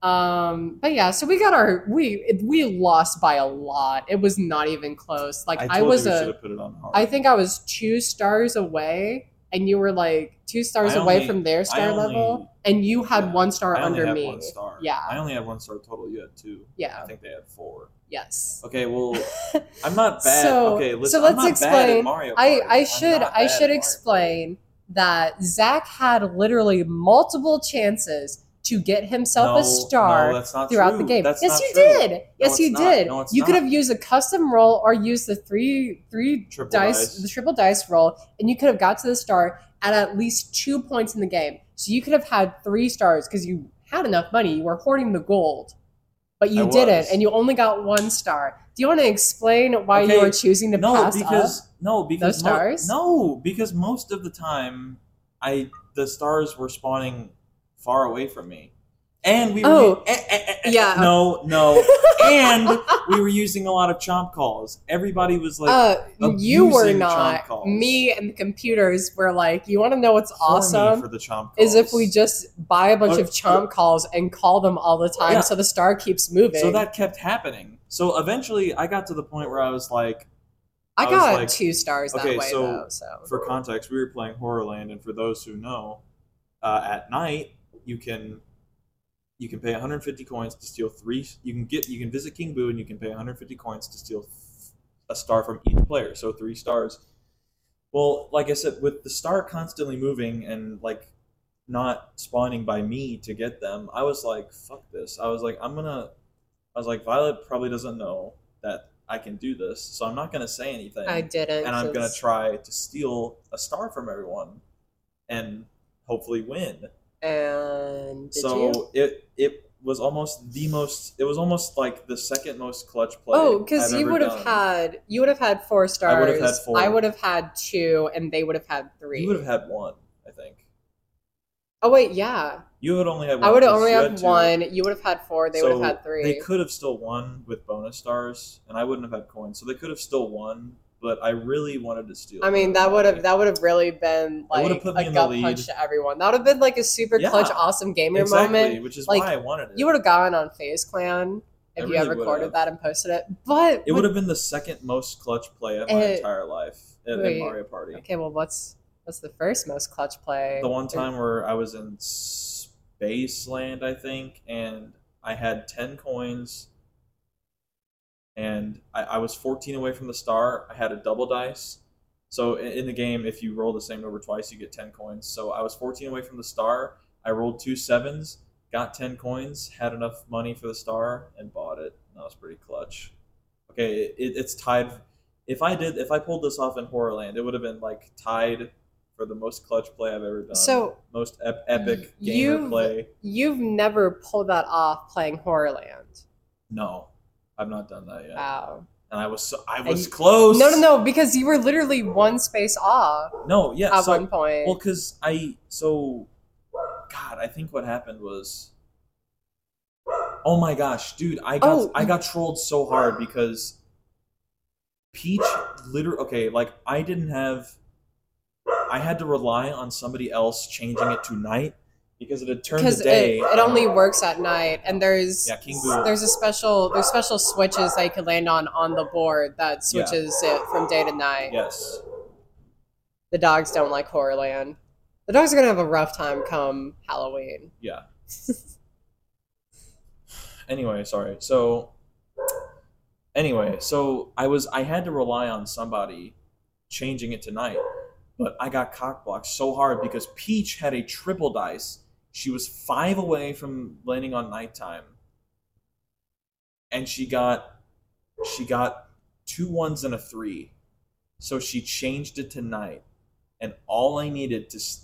A: Um, but yeah, so we got our we it- we lost by a lot. It was not even close. Like
C: I,
A: I,
C: told
A: was
C: you we
A: a.
C: should have put it on hard.
A: I think I was two stars away, and you were like two stars
C: I
A: away
C: only-
A: from their star
C: only-
A: level, and you had
C: yeah,
A: one star
C: I only
A: under
C: had
A: me.
C: one star.
A: Yeah.
C: I only had one star total. You had two. I
A: Yeah.
C: think they had four.
A: Yes. [LAUGHS]
C: Okay, well, I'm not bad.
A: So-
C: okay,
A: so
C: listen,
A: let's
C: I'm not Bad
A: explain.
C: at Mario
A: I
C: Party.
A: I
C: I'm
A: should
C: not
A: I
C: bad
A: should
C: at Mario
A: explain that Zach had literally multiple chances to get himself
C: Party.
A: a star.
C: No, that's not
A: throughout the
C: true.
A: game.
C: That's
A: yes,
C: not
A: you
C: true.
A: did. Yes,
C: it's
A: you
C: not.
A: did.
C: No, it's
A: you could
C: not.
A: have used a custom roll or used the three three
C: Triple
A: dice,
C: dice.
A: the triple dice roll, and you could have got to the star at at least two points in the game. So you could have had three stars because you had enough money. You were hoarding the gold, but you
C: I
A: didn't,
C: was.
A: and you only got one star. Do you want to explain why
C: Okay,
A: you were choosing to
C: no,
A: pass
C: because
A: up?
C: no, because
A: Those
C: mo-
A: stars?
C: no, because most of the time, I the stars were spawning far away from me, and we were
A: Oh.
C: eh, eh, eh, eh,
A: Yeah.
C: no no,
A: [LAUGHS]
C: and we were using a lot of chomp calls. Everybody was like,
A: uh, you were
C: abusing chomp
A: not.
C: calls.
A: Me and the computers were like, you want to know what's
C: "Horny
A: awesome?
C: for the chomp calls.
A: is if we just buy a bunch
C: Or-
A: of chomp calls and call them all the time
C: Yeah.
A: so the star keeps moving.
C: So that kept happening. So eventually, I got to the point where I was like,
A: I
C: I was
A: got
C: like-
A: two stars that
C: okay,
A: way
C: so
A: though. So
C: for context, we were playing Horrorland, and for those who know, uh, at night you can you can pay 150 coins to steal three. You can get you can visit King Boo, and you can pay 150 coins to steal a star from each player, so three stars. Well, like I said, with the star constantly moving and like not spawning by me to get them, I was like, "Fuck this!" I was like, "I'm gonna," I was like, "Violet probably doesn't know that I can do this, so I'm not gonna say anything."
A: I didn't.
C: and I'm gonna
A: since-
C: try to steal a star from everyone and hopefully win.
A: And did
C: so
A: you?
C: it it was almost the most. It was almost like the second most clutch play.
A: Oh, because
C: I've
A: you
C: ever
A: would have
C: done.
A: had you would have had four stars.
C: I would've had four.
A: I would have had two, and they would have had three.
C: You would have had one, I think.
A: oh wait, yeah.
C: You would only have. One
A: I would have
C: 'cause
A: only
C: you
A: had
C: had two.
A: one. You would have had four. They would
C: So
A: have had three.
C: They could have still won with bonus stars, and I wouldn't have had coins, so they could have still won. But I really wanted to steal.
A: I mean, that would have that would have really been
C: That would've
A: like
C: put me
A: a
C: in the
A: gut
C: lead.
A: punch to everyone. That would have been like a super
C: Yeah.
A: clutch, awesome gamer
C: exactly,
A: moment.
C: which is
A: like,
C: why I wanted it.
A: You would have gone on Phase Clan
C: I
A: if you
C: really
A: had recorded
C: would've.
A: that and posted it. But
C: It would have been the second most clutch play of my
A: Eh,
C: entire life in, in
A: wait.
C: Mario Party.
A: okay, well, what's what's the first most clutch play?
C: The one time where I was in Spaceland, I think, and I had 10 coins, and I, I was 14 away from the star. I had a double dice. So in, in the game, if you roll the same number twice, you get 10 coins. So I was 14 away from the star. I rolled two sevens, got 10 coins, had enough money for the star, and bought it. That was pretty clutch. Okay, it, it's tied. If I did, if I pulled this off in Horrorland, it would have been like tied for the most clutch play I've ever done.
A: So-
C: most ep- epic
A: Y-
C: gamer
A: you've-
C: play.
A: You've never pulled that off playing Horrorland.
C: No, I've not done that yet.
A: Wow.
C: and I was so, I was
A: you-
C: close.
A: Uh, No, no, no, because you were literally one space off
C: no. Yeah.
A: at
C: So,
A: one point.
C: well, because I so, God, I think what happened was. Oh my gosh, dude! I got
A: Oh.
C: I got trolled so hard because Peach literally okay, like I didn't have I had to rely on somebody else changing it to night because it had turned
A: because
C: to day.
A: it, it only works at night and there's
C: Yeah, King Boo.
A: there's a special there's special switches that you can land on on the board that switches it from day to night
C: yes.
A: the dogs don't like horrorland the dogs are gonna have a rough time come halloween [LAUGHS]
C: Yeah. anyway, sorry. So anyway, so I was I had to rely on somebody changing it tonight, but I got cockblocked so hard because Peach had a triple dice. She was five away from landing on nighttime, and she got she got two ones and a three, so she changed it to night, and all I needed to s-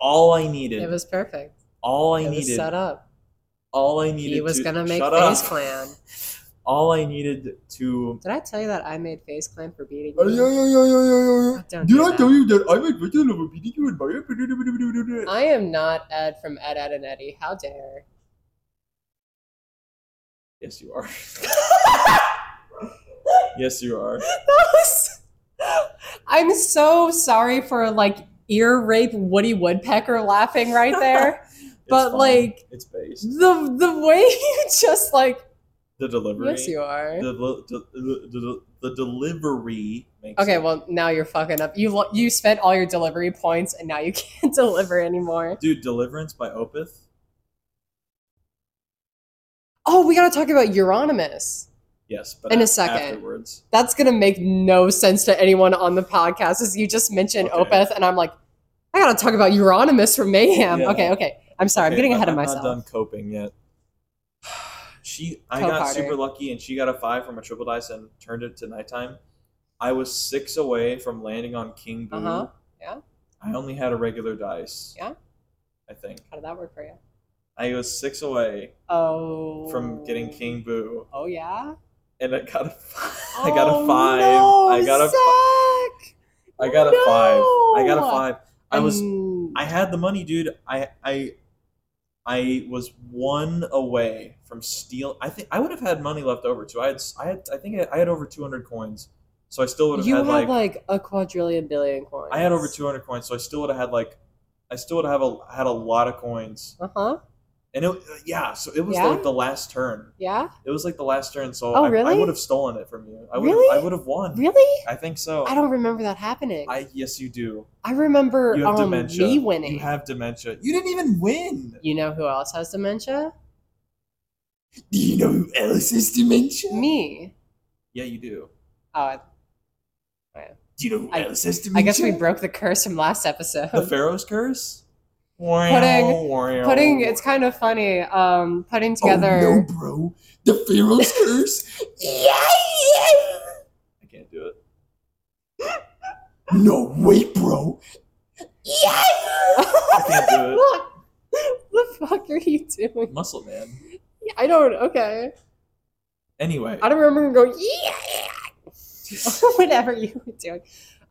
C: all I needed
A: it was perfect
C: all I
A: it was
C: needed
A: set up
C: all I needed.
A: he was
C: to,
A: gonna make
C: Shut
A: phase
C: up.
A: clan
C: All I needed to.
A: did i tell you that i made phase clan for beating
C: Did
A: you
C: I
A: Don't do that.
C: tell you that I made Vegeta over BDQ and Mario?
A: i am not ed from ed ed and eddie how dare
C: Yes, you are. yes, you are.
A: [LAUGHS] I'm so sorry for like ear rape Woody Woodpecker laughing right there.
C: [LAUGHS] It's
A: But,
C: fine.
A: like-
C: it's based
A: the the way [LAUGHS] you just like
C: the delivery.
A: yes you are.
C: The, del- del- the, the, the delivery makes
A: Okay,
C: it.
A: well now you're fucking up. You lo- you spent all your delivery points and now you [LAUGHS] can't deliver anymore.
C: dude, Deliverance by Opeth.
A: Oh, we gotta talk about Euronymous.
C: Yes, but
A: In a
C: af-
A: second.
C: afterwards.
A: That's gonna make no sense to anyone on the podcast. As you just mentioned
C: Okay.
A: Opeth, and I'm like, I gotta talk about Euronymous from Mayhem.
C: Yeah.
A: Okay, okay. I'm sorry, I'm
C: Okay,
A: getting
C: I-
A: ahead of
C: I'm
A: myself.
C: Not done coping yet. [SIGHS] She, I
A: Cope
C: got
A: harder.
C: super lucky, and she got a five from a triple dice and turned it to nighttime. I was six away from landing on King Boo.
A: Uh-huh, yeah.
C: I only had a regular dice.
A: Yeah.
C: I think
A: How did that work for you?
C: I was six away
A: Oh,
C: from getting King Boo,
A: Oh yeah.
C: and I got a, [LAUGHS] f- I got a five.
A: Oh, no,
C: I got a,
A: Zach!
C: I got a five. I got a
A: no.
C: five. I was
A: Mm,
C: I had the money, dude. I I I was one away from steal. I think I would have had money left over too. I had s- I had I think I, I had over two hundred coins, so I still would have
A: you
C: had like,
A: a quadrillion billion coins.
C: I had over two hundred coins, so I still would have had like I still would have a, had a lot of coins.
A: Uh huh.
C: And it, yeah, so it was
A: Yeah?
C: like the last turn.
A: Yeah?
C: It was like the last turn. So
A: Oh,
C: I,
A: really?
C: I would have stolen it from you. I would
A: Really?
C: I would have won.
A: Really?
C: I think so.
A: I don't remember that happening. I,
C: I yes, you do.
A: remember
C: You have
A: um,
C: dementia.
A: me winning.
C: You
A: You,
C: have dementia. You didn't even win.
A: know who else has dementia?
C: Do you know who else has dementia?
A: Me.
C: Yeah, you do.
A: Oh, I,
C: Do you know who
A: I-
C: else has dementia?
A: I guess we broke the curse from last episode.
C: the Pharaoh's curse.
A: Putting- putting it's kind of funny um putting together [LAUGHS]
C: Oh no, bro! The Pharaoh's curse. Yeah, yeah. I can't do it. no, wait, bro. Yeah. I can't do it.
A: what the fuck are you doing
C: Muscle man.
A: i don't okay
C: Anyway,
A: i don't remember him going yeah [LAUGHS] whatever you were doing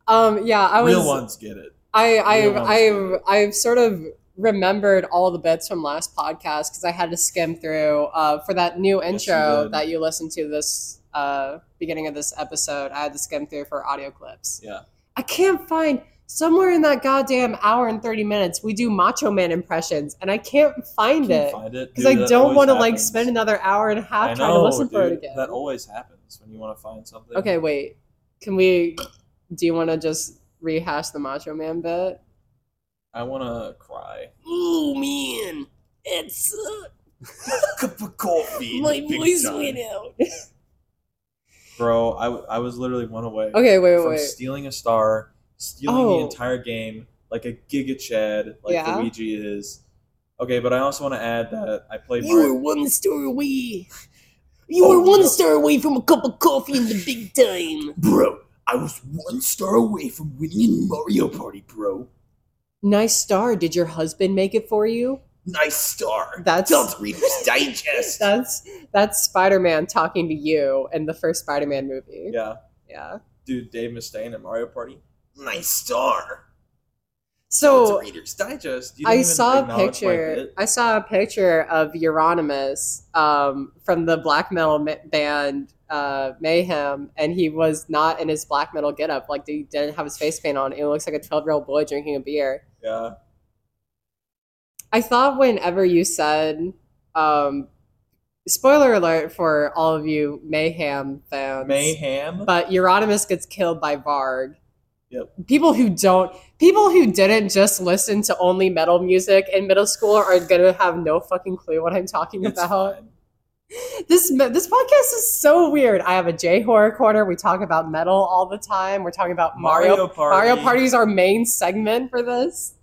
A: um yeah i was
C: real ones get it.
A: i
C: real
A: i've
C: ones
A: i've i've sort of remembered all the bits from last podcast because i had to skim through uh for that new
C: Yes, you
A: intro
C: did.
A: that you listened to this uh beginning of this episode i had to skim through for audio clips
C: Yeah.
A: I can't find somewhere in that goddamn hour and 30 minutes we do Macho Man impressions and I can't find
C: Can't
A: it
C: find it
A: because
C: dude,
A: I
C: that
A: don't
C: always
A: want to like
C: happens.
A: spend another hour and a half
C: I
A: trying to
C: know,
A: listen for it
C: dude,
A: again.
C: That always happens when you want to find something.
A: okay, wait. Can we do you want to just rehash the Macho Man bit?
C: I want to cry.
D: Oh man, it's uh,
C: [LAUGHS] Cup of coffee. in
D: my
C: the big
D: voice
C: time.
D: went out.
C: Bro, I, w- I was literally one away
A: Okay, wait,
C: from
A: wait.
C: stealing a star, stealing
A: Oh.
C: the entire game like a Giga Chad, like
A: Yeah.
C: Luigi is. Okay, but I also want to add that I played
D: You were
C: Mario.
D: one star away. You were
C: Oh,
D: one star away from a cup of coffee in the big time.
C: Bro, I was one star away from winning in Mario Party, bro.
A: nice star. Did your husband make it for you?
C: Nice star.
A: That's
C: Reader's Digest.
A: [LAUGHS] that's that's Spider-Man talking to you in the first Spider-Man movie.
C: yeah,
A: yeah.
C: dude, Dave Mustaine at Mario Party. Nice star.
A: So
C: It's Reader's Digest. You didn't
A: I
C: even
A: saw a
C: acknowledge my
A: picture.
C: bit.
A: I saw a picture of Euronymous um, from the black metal ma- band uh, Mayhem, and he was not in his black metal getup. Like he didn't have his face paint on. It looks like a twelve-year-old boy drinking a beer.
C: Yeah.
A: I thought whenever you said, um, spoiler alert for all of you Mayhem fans,
C: Mayhem.
A: but Euronymous gets killed by Varg.
C: Yep.
A: People who don't, people who didn't just listen to only metal music in middle school are gonna have no fucking clue what I'm talking
C: It's
A: about.
C: fine.
A: This me- this podcast is so weird. I have a J horror corner. We talk about metal all the time. We're talking about Mario. Mario,
C: Party.
A: Party is our main segment for this.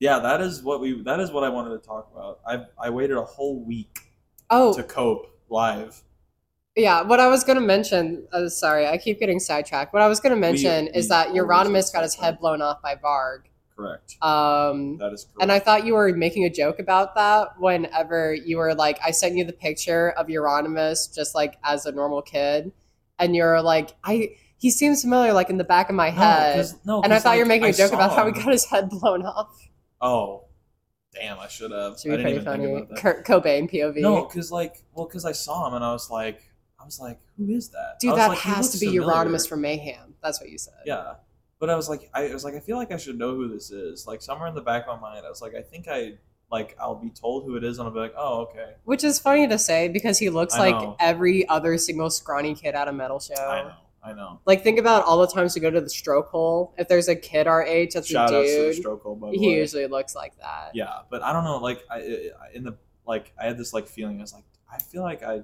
C: Yeah, that is what we. That is what I wanted to talk about. I I waited a whole week
A: Oh,
C: to cope live.
A: Yeah, what I was gonna mention. Oh, sorry, I keep getting sidetracked. What I was gonna mention is
C: we
A: that
C: always
A: Euronymous
C: get
A: got his head
C: sidetracked.
A: blown off by Varg.
C: Correct.
A: Um,
C: That is correct.
A: And I thought you were making a joke about that whenever you were like, I sent you the picture of Euronymous just like as a normal kid. And you're like, I he seems familiar like in the back of my head.
C: no,
A: and I
C: 'cause,
A: thought you were
C: like,
A: making a
C: I
A: joke
C: saw
A: about how he
C: him.
A: got his head blown off.
C: [LAUGHS] Oh, damn! I should have. I
A: Should be
C: didn't
A: pretty
C: even think
A: funny.
C: about that.
A: Kurt Cobain POV.
C: No, because like, well, because I saw him and I was like, I was like, who is that? I
A: Dude,
C: was
A: that
C: like, he
A: has to
C: looks
A: be
C: familiar.
A: Euronymous from Mayhem. That's what you said.
C: Yeah, but I was like, I was like, I feel like I should know who this is. Like somewhere in the back of my mind, I was like, I think I like I'll be told who it is, and I'll be like, oh, okay.
A: Which is funny to say because he looks
C: I
A: like
C: know.
A: every other single scrawny kid at a metal show.
C: I know, I know.
A: Like think about all the times we go to the stroke hole. If there's a kid our age that's
C: Shout
A: a
C: out to the
A: dude,
C: stroke hole, by the
A: he
C: way.
A: usually looks like that.
C: Yeah, but I don't know. Like I I- in the like, I had this like feeling. I was like, I feel like I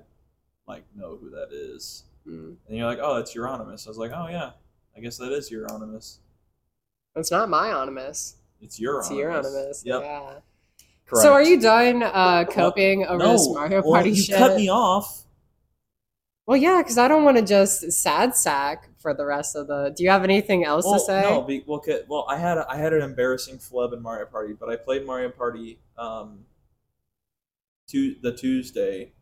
C: like know who that is.
A: Mm.
C: And you're like, oh, that's Euronymous. I was like, oh yeah, I guess that is Euronymous.
A: It's not my Onimus.
C: It's Euronymous.
A: It's your Onimus.
C: Yep.
A: Yeah. So are you done uh, coping over
C: no,
A: this Mario
C: well,
A: Party
C: you
A: shit?
C: cut me off.
A: Well, yeah, because I don't want to just sad sack for the rest of the. Do you have anything else
C: Well,
A: to say?
C: no, be, well, 'ca- well, I had a, I had an embarrassing flub in Mario Party, but I played Mario Party um, to the Tuesday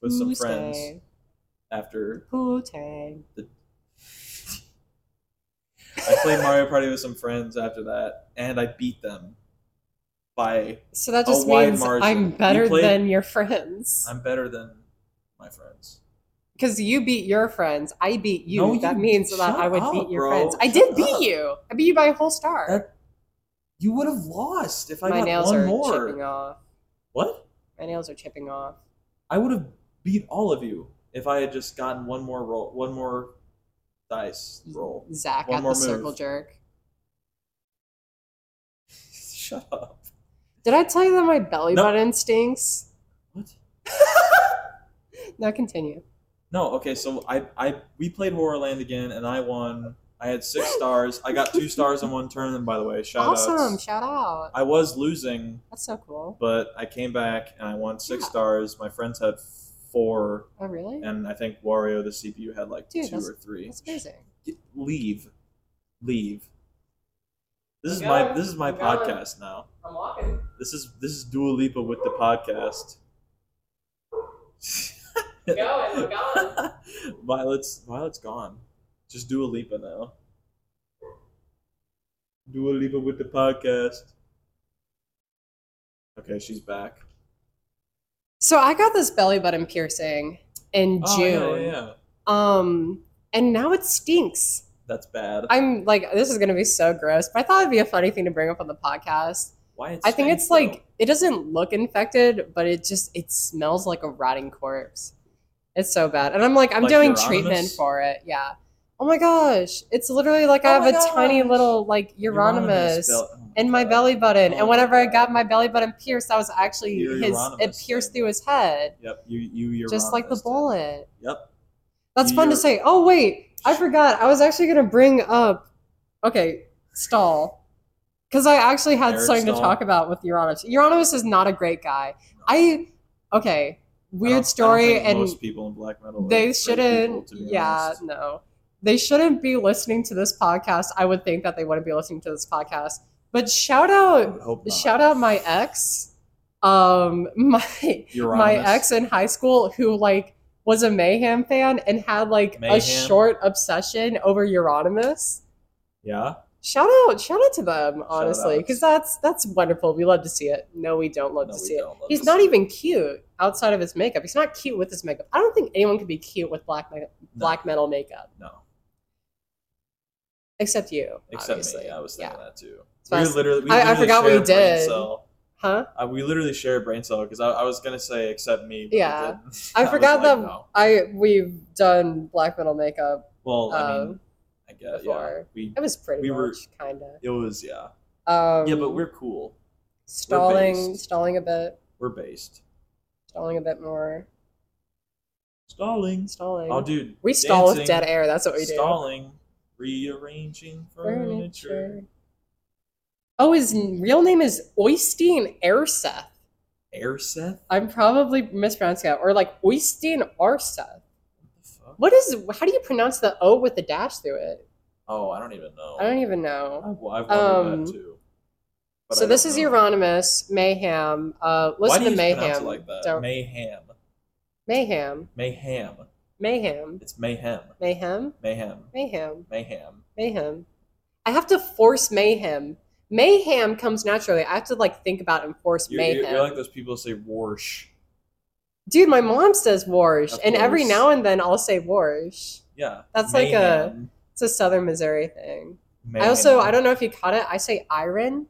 C: with some friends
A: Tuesday.
C: after
A: Poo-tang.
C: I played Mario Party with some friends after that, and I beat them by
A: So that just
C: wide
A: means
C: margin.
A: I'm
C: You
A: better
C: played-
A: than your friends
C: I'm better than my friends.
A: because you beat your friends. I beat you.
C: No,
A: that
C: you-
A: means that
C: shut
A: I would
C: up,
A: beat your
C: bro.
A: friends. I
C: Shut
A: did beat
C: up.
A: you. I beat you by a whole star.
C: That- You would have lost if I
A: My
C: got
A: nails
C: one
A: are
C: more.
A: chipping off.
C: What?
A: My nails are chipping off.
C: I would have beat all of you if I had just gotten one more roll, one more dice
A: [LAUGHS]
C: roll.
A: Zach
C: One
A: at the
C: more
A: circle
C: move.
A: jerk.
C: Shut up.
A: Did I tell you that my belly
C: No.
A: button stinks?
C: What?
A: Now continue.
C: No, okay, so I, I we played Horrorland again and I won. I had six stars. I got two stars in one turn, by the way. Shout
A: awesome.
C: outs.
A: Shout out.
C: I was losing,
A: That's so cool.
C: but I came back and I won six
A: Yeah.
C: stars. My friends had four,
A: Oh, really?
C: and I think Wario, the CPU, had like
A: Dude,
C: two
A: that's-
C: or three.
A: That's amazing.
C: Get- Leave. Leave. This is
A: I'm
C: my
A: going.
C: this is my
A: I'm going.
C: podcast now.
A: I'm walking.
C: This is this is Dua Lipa with the podcast.
A: going. going.
C: [LAUGHS] Violet's Violet's gone. Just do a Lipa now. Do a Lipa with the podcast. Okay, she's back.
A: So I got this belly button piercing in
C: Oh,
A: June.
C: yeah, yeah, yeah.
A: Um, and now it stinks.
C: That's bad.
A: I'm like, this is gonna be so gross, but I thought it'd be a funny thing to bring up on the podcast.
C: Why? It
A: I think
C: stinks,
A: it's like it doesn't look infected, but it just it smells like a rotting corpse. It's so bad, and I'm like, I'm
C: Like
A: doing
C: Euronymous?
A: treatment for it. Yeah. Oh my gosh, it's literally like
C: Oh
A: I have
C: my
A: a tiny
C: gosh.
A: little like
C: though.
A: Euronymous.
C: bel- oh
A: in my
C: God.
A: belly button,
C: Oh
A: and
C: my
A: whenever I got
C: God.
A: my belly button pierced, I was actually
C: You're
A: his. It
C: Euronymous
A: pierced
C: then.
A: through his head,
C: Yep, you you you.
A: just like the bullet.
C: Yep.
A: That's fun to
C: You're-
A: say. Oh wait, I forgot. I was actually gonna bring up. Okay, stall. Because I actually had
C: Eric
A: something to
C: Stahl.
A: talk about with Euronymous. Euronymous is not a great guy. I okay,
C: I don't- I
A: weird
C: don't
A: story,
C: think
A: and
C: most people in black metal. are
A: they
C: great
A: shouldn't.
C: people, to be
A: yeah,
C: honest.
A: no, they shouldn't be listening to this podcast. I would think that they wouldn't be listening to this podcast. But shout
C: I
A: out
C: would hope not.
A: shout out my ex um [LAUGHS] my my
C: Euronymous.
A: ex in high school who like was a mayhem fan and had like
C: Mayhem?
A: a short obsession over Euronymous.
C: Yeah.
A: Shout out, shout out to them, honestly,
C: outs.
A: because that's that's wonderful. We love to see it. No, we don't love
C: No,
A: to
C: we
A: see it.
C: don't love
A: He's
C: to
A: not
C: see it.
A: even cute outside of his makeup. He's not cute with his makeup. I don't think anyone could be cute with black ma-
C: No,
A: black metal makeup,
C: No.
A: except you.
C: Except
A: obviously.
C: me. I was
A: yeah.
C: thinking that too.
A: So I
C: We
A: was-
C: literally, we
A: I- I
C: literally
A: forgot we
C: share a brain
A: did.
C: cell. [LAUGHS]
A: huh?
C: Uh, we literally share a brain cell because I, I was gonna say except me. But
A: Yeah.
C: [LAUGHS] I, didn't.
A: I,
C: was
A: forgot
C: like,
A: that
C: no.
A: I we've done black metal makeup.
C: Well, I mean,
A: Um,
C: I guess yeah.
A: before.
C: We
A: It was pretty
C: We were-
A: much kind of.
C: it was yeah
A: Um,
C: yeah, but we're cool.
A: stalling,
C: based.
A: stalling a bit,
C: We're based.
A: stalling a bit more,
C: Stalling.
A: stalling.
C: Oh, dude.
A: we stall with
C: dancing,
A: dead air. That's what we do.
C: Stalling. Rearranging furniture.
A: Furniture. Oh, his n- real name is Oystein Airseth.
C: Airseth.
A: I'm probably mispronouncing that, or like Oystein Arseth.
C: What the fuck?
A: What is? How do you pronounce the O with the dash through it?
C: Oh, I don't even know.
A: I don't even know.
C: I've, I've wondered
A: Um,
C: that too. But
A: so
C: I
A: this
C: don't
A: is
C: know.
A: Euronymous Mayhem. Uh,
C: Why
A: listen
C: do
A: to
C: you pronounce
A: Mayhem.
C: It like that?
A: Don't-
C: Mayhem.
A: Mayhem.
C: Mayhem.
A: Mayhem.
C: It's mayhem.
A: Mayhem.
C: Mayhem.
A: Mayhem.
C: Mayhem.
A: Mayhem. I have to force mayhem. Mayhem comes naturally. I have to like think about and force
C: You're,
A: mayhem.
C: you're, you're like those people who say warsh.
A: Dude, my mom says warsh,
C: Of
A: and every
C: course.
A: now and then I'll say warsh.
C: Yeah.
A: That's like a-
C: Mayhem.
A: It's a Southern Missouri thing.
C: Mayhem.
A: I also I don't know if you caught it. I say iron,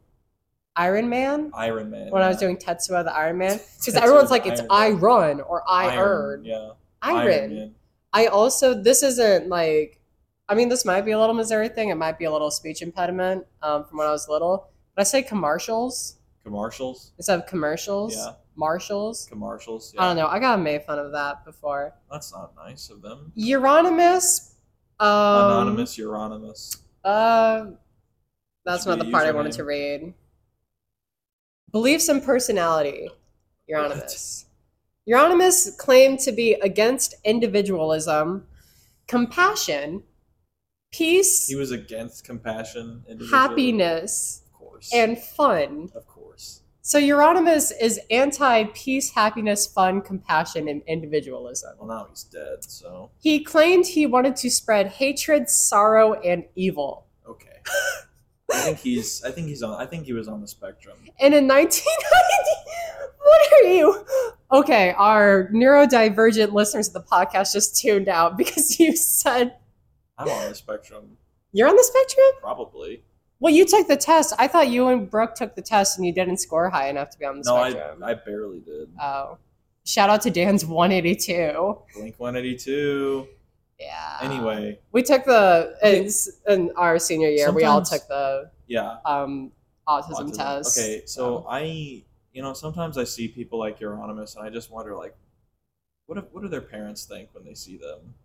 A: Iron Man
C: Iron Man.
A: when I was doing Tetsuo the Iron Man
C: [LAUGHS]
A: because
C: Tetsuo
A: everyone's
C: the
A: like it's I
C: Iron Man.
A: run or I
C: Iron.
A: earn
C: Yeah. Iron
A: iron.
C: Man.
A: I also this isn't like I mean this might be a little Missouri thing. It might be a little speech impediment um, from when I was little. But I say commercials.
C: Commercials.
A: instead of commercials,
C: Yeah.
A: marshals.
C: Commercials.
A: I
C: Yeah.
A: don't know. I got made fun of that before.
C: That's not nice of them.
A: Euronymous. Um,
C: Anonymous, Euronymous.
A: Uh, that's
C: Should
A: not
C: be
A: the
C: a
A: part I wanted
C: username.
A: to read. Beliefs and personality. Euronymous. Euronymous claimed to be against individualism, compassion, peace,
C: He was against compassion. individualism.
A: happiness,
C: Of course.
A: and fun.
C: of course.
A: So Euronymous is anti peace, happiness, fun, compassion, and individualism.
C: Well, now he's dead. So
A: He claimed he wanted to spread hatred, sorrow, and evil.
C: okay. I think he's. I think he's on. I think he was on the spectrum.
A: And in 1990, [LAUGHS] what are you? Okay, our neurodivergent listeners of the podcast just tuned out because [LAUGHS] you said
C: I'm on the spectrum,
A: you're on the spectrum.
C: probably.
A: Well, you took the test. I thought you and Brooke took the test and you didn't score high enough to be on the
C: No, I,
A: spectrum.
C: I barely did.
A: oh. Shout out to Dan's 182.
C: Blink 182.
A: Yeah.
C: Anyway,
A: We took the, it's in our senior year, we all
C: Sometimes-
A: took the
C: yeah.
A: um, autism,
C: autism.
A: test.
C: Okay, so I, you know, sometimes I see people like Euronymous and I just wonder, like, what, if, what do their parents think when they see them?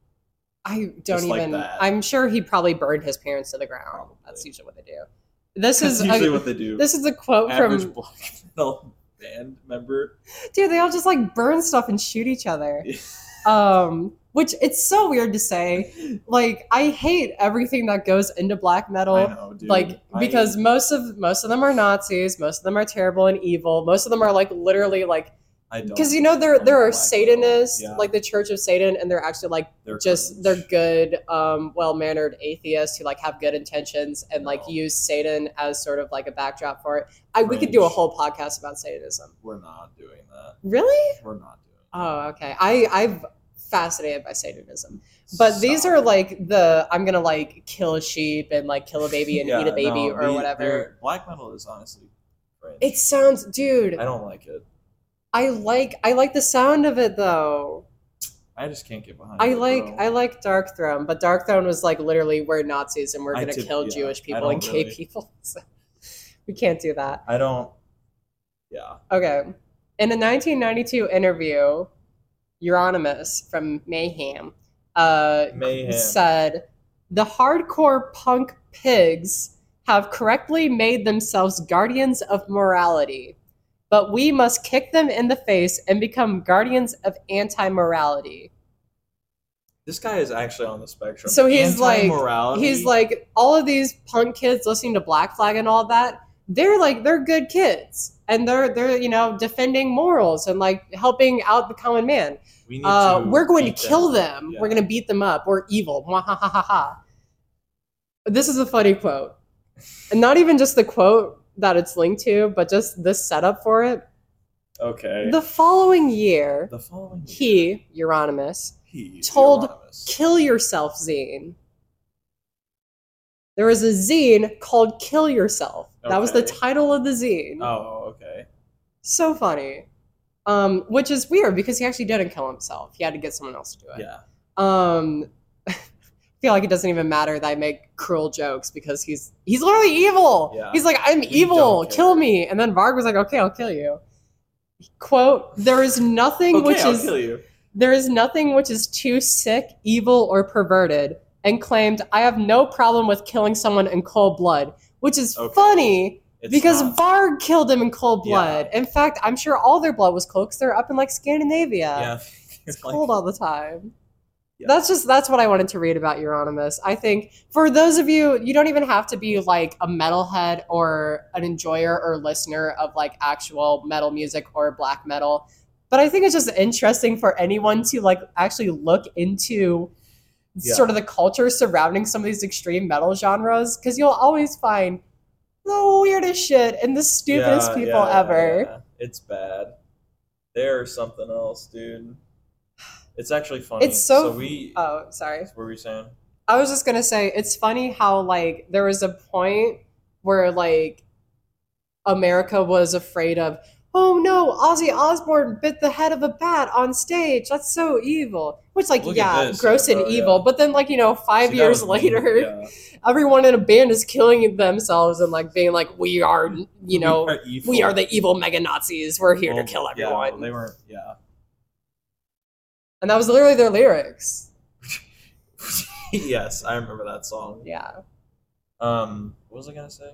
A: I don't
C: Just like
A: even.
C: that.
A: I'm sure he probably burned his parents to the ground.
C: Probably.
A: That's usually what they do. This
C: That's
A: is
C: usually
A: a,
C: what they do.
A: this is a quote
C: Average [LAUGHS]
A: from
C: black metal band member.
A: dude. They all just like burn stuff and shoot each
C: [LAUGHS]
A: other.
C: Yeah.
A: um, which it's so weird to
C: [LAUGHS]
A: say. Like I hate everything that goes into black metal.
C: I know, dude.
A: like
C: I-
A: because most of most of them are Nazis, most of them are terrible and evil. Most of them are like literally like
C: I don't
A: because you know there
C: like
A: there are
C: black metal.
A: Satanists
C: Yeah,
A: like the Church of Satan, and they're actually like
C: they're
A: just
C: cringe.
A: they're good um, well-mannered atheists who like have good intentions and like
C: No.
A: use satan as sort of like a backdrop for it I, we could do a
C: Cringe.
A: whole podcast about satanism
C: We're not doing that.
A: really
C: We're not doing. That.
A: oh okay i i'm fascinated by satanism but these are
C: Sorry.
A: like the i'm gonna like kill a sheep and like kill a baby and
C: Yeah,
A: eat a baby
C: no,
A: or
C: the-
A: whatever
C: they're- Black metal is honestly. cringe.
A: it sounds dude
C: I don't like it.
A: i like i like the sound of it though
C: I just can't get behind.
A: I
C: it,
A: like
C: bro.
A: I like Dark Throne, but Dark Throne was like literally we're Nazis and we're
C: I
A: gonna
C: typ-
A: kill
C: yeah,
A: Jewish
C: I
A: people
C: don't
A: and gay
C: really-
A: people. [LAUGHS] So we can't do that.
C: I don't. Yeah.
A: Okay. In a 1992 interview, Euronymous from Mayhem uh,
C: Mayhem.
A: said, "The hardcore punk pigs have correctly made themselves guardians of morality." But we must kick them in the face and become guardians of anti-morality.
C: This guy is actually on the spectrum.
A: So he's like-
C: Anti-morality?
A: he's like all of these punk kids listening to black flag and all that they're like they're good kids and they're they're you know defending morals and like helping out the common man
C: we need
A: uh,
C: to
A: we're going to
C: beat
A: kill them
C: Yeah.
A: we're going to beat them up we're evil Mwahahaha. this is a funny quote and not even just the quote that it's linked to but just the setup for it
C: Okay.
A: the following year
C: The following year,
A: he euronymous
C: he
A: told
C: Euronymous.
A: Kill Yourself zine. There was a zine called Kill Yourself. That was the
C: Okay.
A: title of the zine.
C: Oh, okay.
A: So funny. Um, which is weird because he actually didn't kill himself. He had to get someone else to do it.
C: Yeah.
A: Um, [LAUGHS] I feel like it doesn't even matter that I make cruel jokes because he's he's literally evil.
C: Yeah.
A: He's like, I'm
C: We
A: evil.
C: don't care.
A: Kill me. And then Varg was like, Okay, I'll kill you. Quote: There is nothing
C: Okay,
A: which
C: I'll
A: is
C: kill you.
A: there is nothing which is too sick, evil, or perverted, and claimed, I have no problem with killing someone in cold blood, which is
C: Okay.
A: funny
C: It's
A: because
C: not-
A: Varg killed him in cold
C: Yeah.
A: blood. In fact, I'm sure all their blood was cold because they're up in like Scandinavia.
C: yeah, [LAUGHS]
A: It's
C: like-
A: cold all the time.
C: Yeah.
A: That's just that's what I wanted to read about Euronymous. I think for those of you, you don't even have to be like a metalhead or an enjoyer or listener of like actual metal music or black metal. But I think it's just interesting for anyone to like actually look into
C: Yeah.
A: sort of the culture surrounding some of these extreme metal genres because you'll always find the weirdest shit and the stupidest
C: Yeah,
A: people
C: yeah, yeah,
A: ever.
C: yeah. It's bad. They're something else, dude. It's actually funny.
A: It's so-
C: we.
A: Oh, sorry.
C: what were you saying?
A: I was just gonna say it's funny how like there was a point where like America was afraid of oh no Ozzy Osbourne bit the head of a bat on stage that's so evil which like
C: Look at
A: yeah
C: this,
A: gross
C: yeah,
A: and
C: bro,
A: evil
C: yeah.
A: but then like you know five
C: See, that
A: years
C: was mean.
A: later
C: Yeah.
A: everyone in a band is killing themselves and like being like we are [LAUGHS] you know
C: we
A: we are,
C: are, evil.
A: the evil mega Nazis we're here
C: Well,
A: to kill
C: yeah,
A: everyone
C: they weren't. Yeah. [LAUGHS]
A: and that was literally their lyrics
C: yes, I remember that song.
A: yeah
C: Um, what was I gonna say?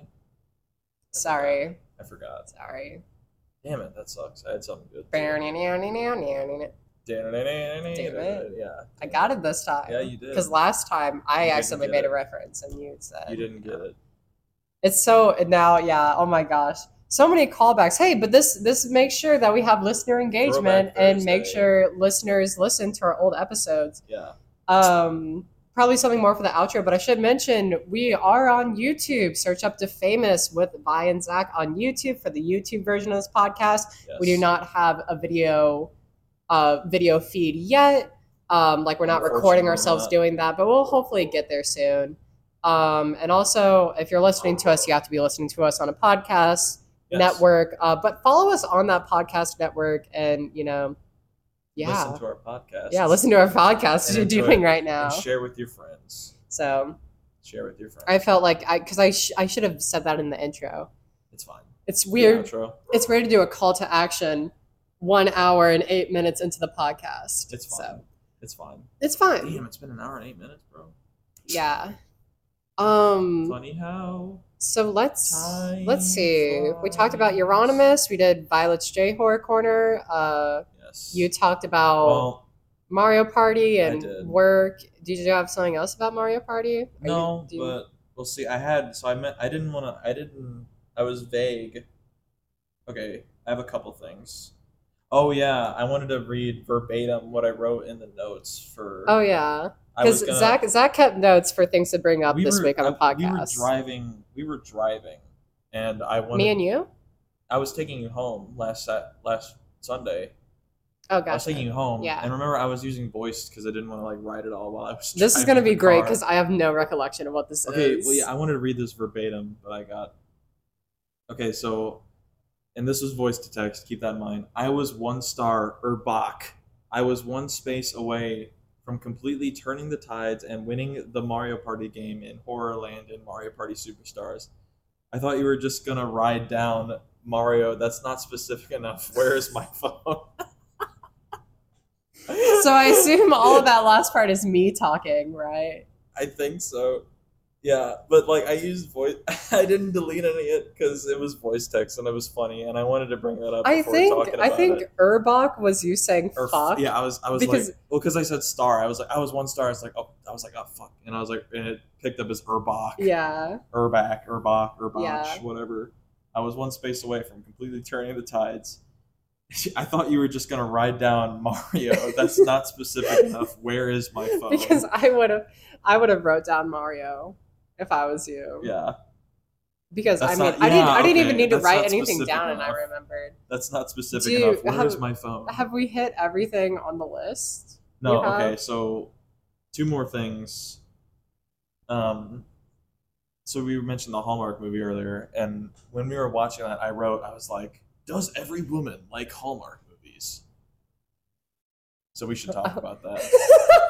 A: sorry
C: I forgot.
A: sorry
C: Damn it, that sucks. I had something good.
A: I it.
C: Yeah.
A: got it this time.
C: Yeah, you did.
A: Because last time I
C: You didn't
A: accidentally
C: get
A: made a
C: it.
A: reference and you said
C: You didn't get it.
A: It's so and now, yeah. Oh my gosh, so many callbacks. Hey, but this this makes sure that we have listener engagement and make
C: Thursday.
A: sure listeners listen to our old episodes.
C: Yeah.
A: Um, probably something more for the outro, but I should mention we are on YouTube. Search up Defamous with Vi and Zach on YouTube for the YouTube version of this podcast.
C: Yes.
A: We do not have a video uh, video feed yet. Um, like we're not
C: Unfortunately,
A: recording
C: we're
A: ourselves
C: not.
A: doing that, but we'll hopefully get there soon. Um, and also, if you're listening to us, you have to be listening to us on a podcast
C: Yes.
A: network. Uh, but follow us on that podcast network, and you know, yeah,
C: Listen to our podcast.
A: yeah, listen to our podcast.
C: And
A: As you're
C: enjoy
A: doing
C: it.
A: right now,
C: And share with your friends.
A: so
C: Share with your friends.
A: I felt like I because I sh- I should have said that in the intro.
C: it's fine.
A: It's
C: The
A: weird.
C: outro,
A: It's weird to do a call to action one hour and eight minutes into the podcast.
C: It's fine.
A: So
C: It's fine.
A: it's fine.
C: Damn, it's been an hour and eight minutes, bro.
A: Yeah. Um.
C: Funny how.
A: So let's
C: Time
A: let's see. We talked about
C: flies.
A: Euronymous. We did Violet's J Horror Corner. Uh,
C: Yes.
A: you talked about
C: Well,
A: Mario Party
C: I
A: and
C: did.
A: work. Did you have something else about Mario Party? Are you-
C: no,
A: do you-
C: but we'll see. I had so I meant I didn't want to. I didn't. I was vague. Okay, I have a couple things. Oh yeah, I wanted to read verbatim what I wrote in the notes for.
A: oh yeah,
C: I
A: because
C: was gonna-
A: Zach Zach kept notes for things to bring up
C: we
A: this
C: were-
A: week on the
C: I- We were
A: podcast.
C: driving. We were driving, and I wanted.
A: Me and you.
C: I was taking you home last Sat last Sunday.
A: Oh
C: I was
A: gosh.
C: taking you home.
A: Yeah.
C: And remember, I was using voice because I didn't want to like write it all while I was.
A: This is
C: driving
A: gonna be
C: the
A: great
C: car.
A: because I have no recollection of what this
C: Okay,
A: is.
C: well, yeah, I wanted to read this verbatim, but I got. Okay, so, and this was voice to text. Keep that in mind. I was one star Erbach. I was one space away from completely turning the tides and winning the Mario Party game in Horrorland and Mario Party Superstars. I thought you were just gonna ride down Mario. That's not specific enough. Where is my [LAUGHS] phone?
A: so I
C: [LAUGHS]
A: assume all of that last part is me talking, right?
C: I think so. Yeah, but like I used voice. [LAUGHS] I didn't delete any of it because it was voice text and it was funny, and I wanted to bring that up.
A: I
C: before
A: think
C: talking
A: I
C: about
A: think
C: it.
A: Erbach was you saying
C: Or f-
A: fuck.
C: Yeah, I was. I was
A: Because-
C: like, well, because I said star. I was like, I was one star. It's like, oh, I was like, oh fuck, and I was like, and it picked up as Erbach,
A: Yeah.
C: Erbach, Erbach, Erbach,
A: Yeah.
C: whatever. I was one space away from completely turning the tides. [LAUGHS] I thought you were just gonna ride down Mario. That's
A: [LAUGHS]
C: not specific enough. Where is my phone?
A: Because I would have I would have wrote down Mario if I was you.
C: yeah.
A: Because I
C: That's
A: mean
C: not-
A: I didn't
C: yeah,
A: I didn't
C: okay,
A: even need to
C: that's
A: write
C: not
A: anything
C: specific
A: down and I
C: enough.
A: remembered.
C: That's not specific
A: Dude,
C: enough. Where is
A: have-
C: my phone?
A: Have we hit everything on the list?
C: no,
A: you have-
C: okay, so two more things. Um so we mentioned the Hallmark movie earlier, and when we were watching that, I wrote, I was like, Does every woman like Hallmark movies? So we
A: [LAUGHS]
C: should talk about that.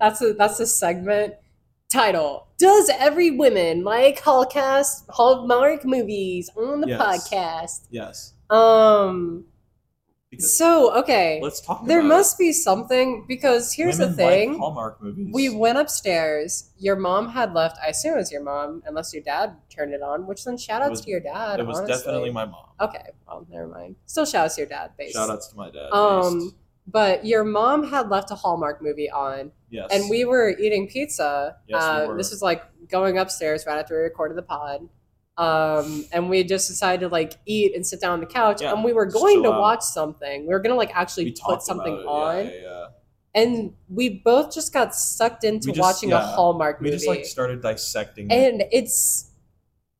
A: that's a that's a segment title. Does every woman like Hallcast Hallmark movies on the
C: Yes. Yes.
A: podcast? Um
C: Because
A: so okay.
C: let's talk
A: There
C: about
A: must be something because
C: it.
A: here's the
C: Women
A: thing.
C: Like Hallmark movies.
A: We went upstairs. Your mom had left. I assume it was your mom, unless your dad turned it on. Which then shout
C: It
A: outs
C: was-
A: to your dad.
C: It was
A: honestly.
C: definitely my mom.
A: okay. Well, never mind. Still shout outs to your dad. Based.
C: Shout outs to my dad.
A: Um,
C: based.
A: But your mom had left a Hallmark movie on,
C: yes.
A: and we were eating pizza.
C: Yes, we
A: uh,
C: were.
A: This was like going upstairs right after we recorded the pod. Um, and we just decided to like eat and sit down on the couch,
C: Yeah,
A: and we were
C: just
A: going
C: chill
A: to
C: out.
A: watch something. We were gonna like actually
C: We
A: put
C: talked
A: something
C: about
A: on
C: it. Yeah, yeah, yeah.
A: and we both just got sucked into
C: We just-
A: watching a
C: yeah.
A: Hallmark
C: We
A: movie.
C: just like started dissecting. it.
A: and it's,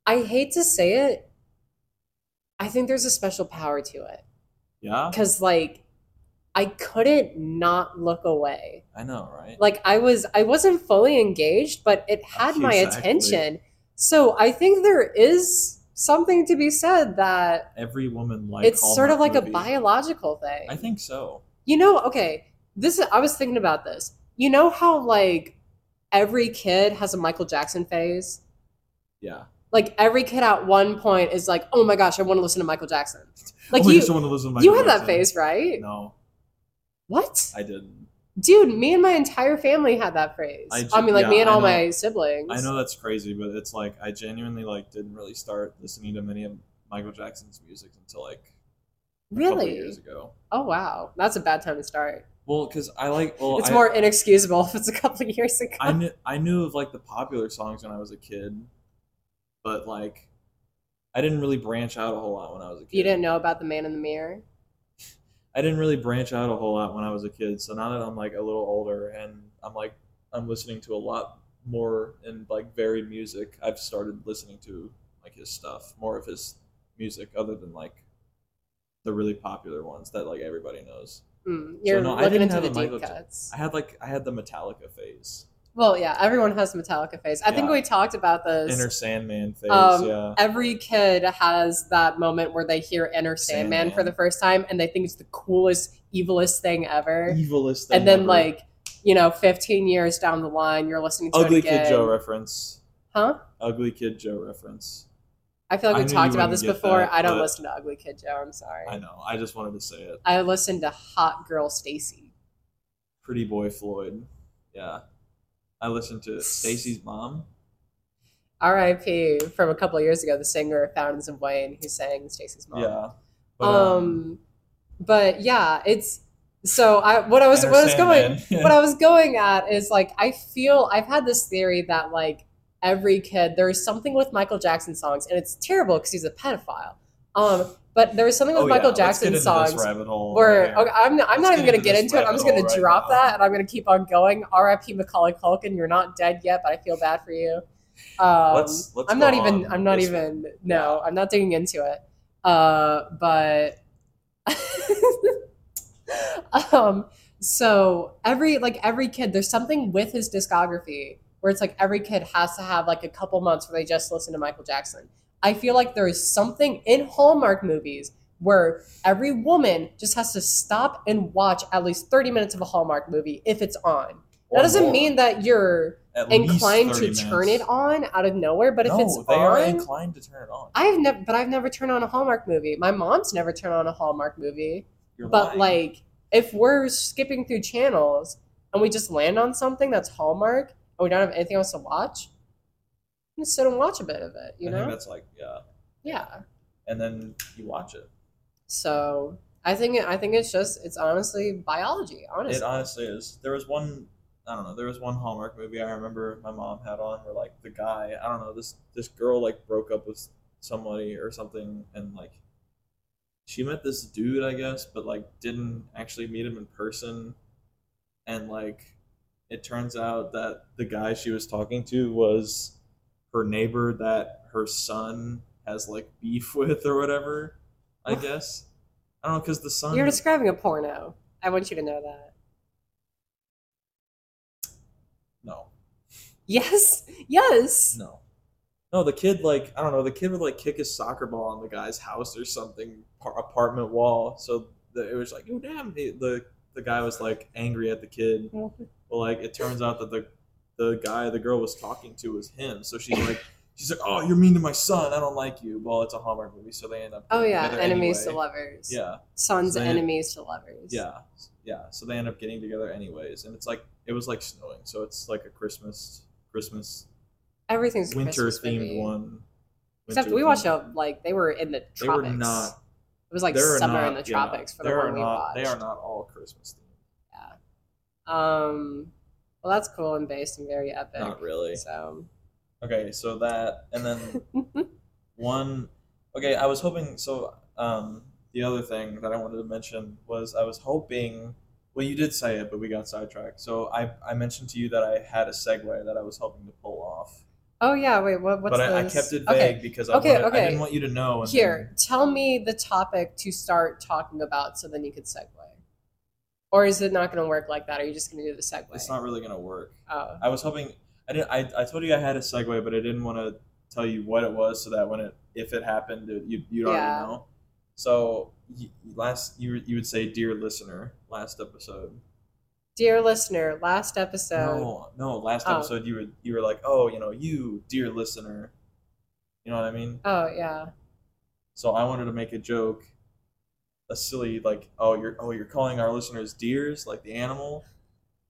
A: I hate to say it, I think there's a special power to it
C: yeah,
A: because like I couldn't not look away.
C: I know, right?
A: Like I was, I wasn't fully engaged, but
C: [LAUGHS]
A: it had my
C: Exactly.
A: attention. So I think there is something to be said that
C: Every woman likes.
A: it's sort of like
C: Hallmark
A: a
C: movie.
A: biological thing.
C: I think so.
A: You know, okay, this is, I was thinking about this. You know how like every kid has a Michael Jackson phase?
C: Yeah.
A: Like every kid at one point is like, "Oh my gosh, I want to listen to Michael
C: [LAUGHS]
A: Jackson." Like
C: Oh, I
A: you
C: just wanna listen to
A: you
C: Michael
A: had that
C: Jackson.
A: phase, right?
C: No,
A: What?
C: I didn't.
A: Dude, me and my entire family had that phase.
C: I
A: I,
C: ju-
A: mean, like
C: yeah,
A: me and
C: I
A: all
C: know.
A: my siblings.
C: I know that's crazy, but it's like I genuinely like didn't really start listening to many of Michael Jackson's music until like a couple
A: Really?
C: years ago.
A: Oh wow, that's a bad time to start.
C: Well, because I like. Well,
A: it's
C: I,
A: more inexcusable [LAUGHS] if it's a couple of years ago.
C: I knew I knew of like the popular songs when I was a kid, but like, I didn't really branch out a whole lot when I was a kid.
A: you didn't know about the Man in the Mirror.
C: I didn't really branch out a whole lot when I was a kid. So now that I'm like a little older and I'm like I'm listening to a lot more and like varied music, I've started listening to like his stuff, more of his music other than like the really popular ones that like everybody knows.
A: Mm, you're
C: no, I
A: looking
C: didn't
A: into
C: have
A: the
C: a
A: deep
C: Michael Ja-
A: cuts.
C: I had like I had the Metallica phase.
A: Well, yeah, everyone has a Metallica phase. I think
C: Yeah.
A: we talked about this.
C: Inner Sandman phase,
A: Um,
C: yeah.
A: Every kid has that moment where they hear Inner Sandman,
C: Sandman.
A: for the first time and they think it's the coolest, evilest thing ever.
C: Evilest thing
A: and then,
C: ever.
A: like, you know, 15 years down the line, you're listening to
C: Ugly
A: it again.
C: Kid Joe reference.
A: Huh?
C: Ugly Kid Joe reference.
A: I feel like
C: I
A: we
C: knew
A: talked
C: you
A: about
C: wouldn't
A: this
C: get
A: before.
C: that,
A: I don't
C: but-
A: listen to Ugly Kid Joe. I'm sorry.
C: I know. I just wanted to say it.
A: I listen to Hot Girl Stacy.
C: Pretty Boy Floyd. Yeah. I listened to Stacy's mom.
A: R.I.P. from a couple of years ago, the singer of Fountains of Wayne who sang Stacy's mom.
C: Yeah.
A: um, but yeah, it's so I what I was what I was going
C: [LAUGHS]
A: what I was going at is like I feel I've had this theory that like every kid there is something with Michael Jackson songs and it's terrible because he's a pedophile. Um, but there was something
C: Oh,
A: with Michael Jackson songs
C: rabbit hole right
A: where
C: here.
A: okay, I'm I'm not
C: Let's
A: even
C: get
A: gonna
C: into
A: get
C: this
A: into it. I'm just
C: rabbit
A: gonna
C: hole right
A: drop
C: now.
A: that and I'm gonna keep on going. R.I.P. Macaulay Culkin, you're not dead yet, but I feel bad for you. Um,
C: Let's- let's
A: I'm
C: go
A: not even.
C: on
A: I'm not
C: this
A: even. No, I'm not digging into it. Uh, but [LAUGHS] um, so every like every kid, there's something with his discography where it's like every kid has to have like a couple months where they just listen to Michael Jackson. I feel like there is something in Hallmark movies where every woman just has to stop and watch at least 30 minutes of a Hallmark movie if it's on.
C: Or
A: That doesn't
C: more.
A: mean that you're
C: At least
A: inclined to
C: 30
A: turn it
C: minutes.
A: on out of nowhere, but
C: no,
A: if it's
C: they are
A: on,
C: inclined to turn it on.
A: I've never, but I've never turned on a Hallmark movie. My mom's never turned on a Hallmark movie.
C: You're
A: But
C: lying.
A: like, if we're skipping through channels and we just land on something that's Hallmark and we don't have anything else to watch, I'm gonna sit and watch a bit of it. You
C: I think
A: know?
C: that's like yeah,
A: Yeah.
C: and then you watch it.
A: So I think I think it's just it's honestly biology. Honestly,
C: It honestly is. There was one. I don't know. There was one Hallmark movie I remember my mom had on where like the guy. I don't know. This this girl like broke up with somebody or something, and like she met this dude, I guess, but like didn't actually meet him in person, and like it turns out that the guy she was talking to was her neighbor that her son has like beef [LAUGHS] with or whatever. I guess. I don't know because the son.
A: you're describing a porno. I want you to know that. [LAUGHS]
C: no.
A: Yes, yes.
C: No. No, the kid like I don't know. The kid would like kick his soccer ball on the guy's house or something par- apartment wall. So the, it was like, oh damn! The, the the guy was like angry at the kid. Well, like it turns out that the the guy the girl was talking to was him. So she's like, [LAUGHS] she's like, oh, you're mean to my son. I don't like you. Well, it's a Hallmark movie, so they end up.
A: Oh
C: getting
A: yeah,
C: together
A: enemies to
C: anyway.
A: lovers.
C: Yeah.
A: Sons
C: So they-
A: enemies to lovers.
C: Yeah, yeah. So they end up getting together anyways, and it's like it was like snowing, so it's like a Christmas, Christmas,
A: everything's a
C: winter
A: Christmas
C: themed
A: movie.
C: one.
A: Except
C: winter
A: we watched
C: themed-
A: a like they were in the tropics.
C: They were not.
A: It was like
C: there are
A: summer in the
C: not- yeah,
A: tropics for the
C: there
A: one
C: are
A: we
C: not-
A: watched.
C: They are not all Christmas themed.
A: Um, well, that's cool and based and very epic.
C: Not really.
A: So [LAUGHS]
C: Okay, so that and then one. Okay, I was hoping. So um, the other thing that I wanted to mention was I was hoping. Well, you did say it, but we got sidetracked. So I, I mentioned to you that I had a segue that I was hoping to pull off.
A: oh yeah, wait, what, what's
C: but I, I
A: this?
C: kept it vague
A: Okay,
C: because I,
A: Okay,
C: wanted,
A: okay.
C: I didn't want you to know. and
A: Here, tell me the topic to start talking about so then you could segue. Or is it not going to work like that? Are you just going to do the segue?
C: then it's not really gonna work.
A: oh,
C: I was hoping I didn't. I, I told you I had a segue, but I didn't want to tell you what it was so that when it if it happened, it- you
A: Yeah.
C: you'd already know. So y- last you you would say, dear listener, last episode.
A: dear listener, last episode.
C: no, no, last
A: Oh.
C: episode you were you were like, oh, you know, you dear listener. You know what I mean?
A: Oh yeah.
C: So I wanted to make a joke, a silly like, oh, you're oh you're calling our listeners deers like the animal,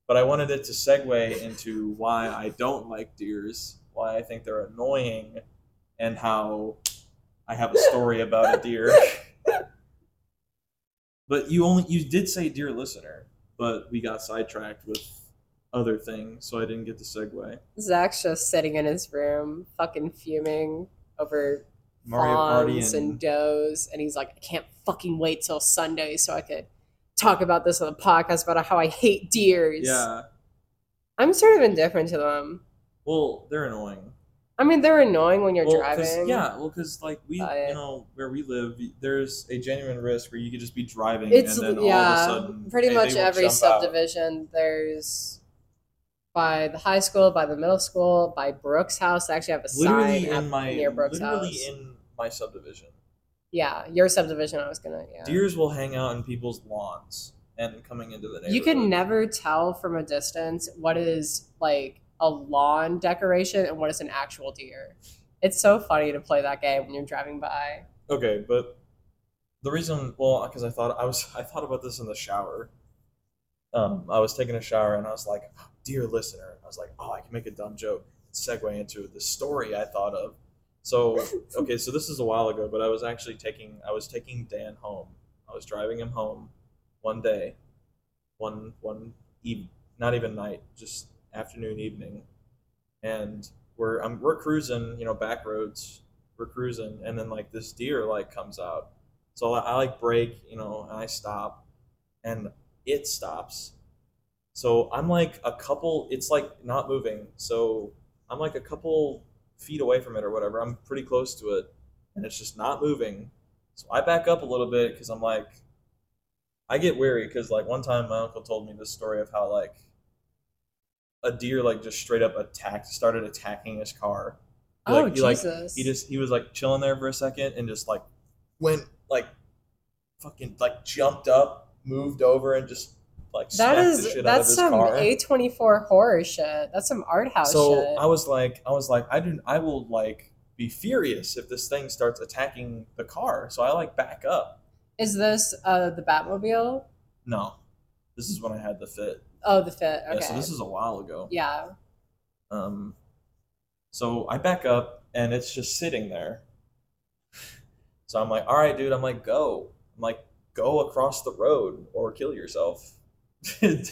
C: but I wanted it to segue into why I don't like deers, why I think they're annoying, and how I have a story about a deer. but you only you did say dear listener, but we got sidetracked with other things, so I didn't get the segue.
A: Zach's just sitting in his room, fucking fuming over
C: Mario Party
A: fawns
C: and,
A: and does, and he's like, I can't fucking wait till Sunday so I could talk about this on the podcast about how I hate deers.
C: yeah.
A: I'm sort of indifferent to them.
C: Well, they're annoying.
A: I mean, they're annoying when you're
C: Well, 'cause-
A: driving.
C: Yeah, well, because like we,
A: But-
C: you know, where we live, there's a genuine risk where you could just be driving
A: It's
C: and then
A: yeah,
C: all of a sudden,
A: pretty
C: hey,
A: much
C: they will
A: every
C: jump out.
A: subdivision there's by the high school, by the middle school, by Brooks' house. They actually have a
C: literally
A: sign
C: in
A: up
C: my
A: near Brooks'
C: literally
A: house.
C: in my subdivision.
A: yeah, your subdivision. I was gonna. Yeah.
C: Deers will hang out in people's lawns and coming into the neighborhood.
A: you can never tell from a distance what is like a lawn decoration and what is an actual deer. It's so funny to play that game when you're driving by.
C: Okay, but the reason, well, because I thought I was, I thought about this in the shower. Um, I was taking a shower and I was like, "Oh, "Dear listener," I was like, "Oh, I can make a dumb joke, segue into the story I thought of." So,
A: [LAUGHS]
C: okay, so this is a while ago, but I was actually taking, I was taking Dan home. I was driving him home one day, one one eve, not even night, just afternoon, evening, and we're um, we're cruising, you know, back roads we're cruising, and then like this deer like comes out. So I, I like brake, you know, and I stop, and it stops. So I'm like a couple. It's like not moving. So I'm like a couple feet away from it or whatever. I'm pretty close to it, and it's just not moving. So I back up a little bit because I'm like, I get weary because like one time my uncle told me this story of how like a deer like just straight up attacked, started attacking his car. He,
A: oh
C: like, he, like,
A: Jesus!
C: he just he was like chilling there for a second and just like went like fucking like jumped up, moved over, and just like
A: that
C: smacked the
A: is
C: shit out of
A: that's
C: his
A: some
C: car.
A: A twenty four horror shit. That's some art house
C: so
A: shit.
C: I was like, I was like, I didn't, I will like be furious if this thing starts attacking the car. So I like back up.
A: is this uh, the Batmobile?
C: No, this is when I had the fit.
A: Oh, the fit. Okay.
C: Yeah, so this is a while ago.
A: yeah.
C: Um, so I back up and it's just sitting there. So I'm like, all right, dude. I'm like, go. I'm like, go across the road or kill yourself. [LAUGHS] so
A: Name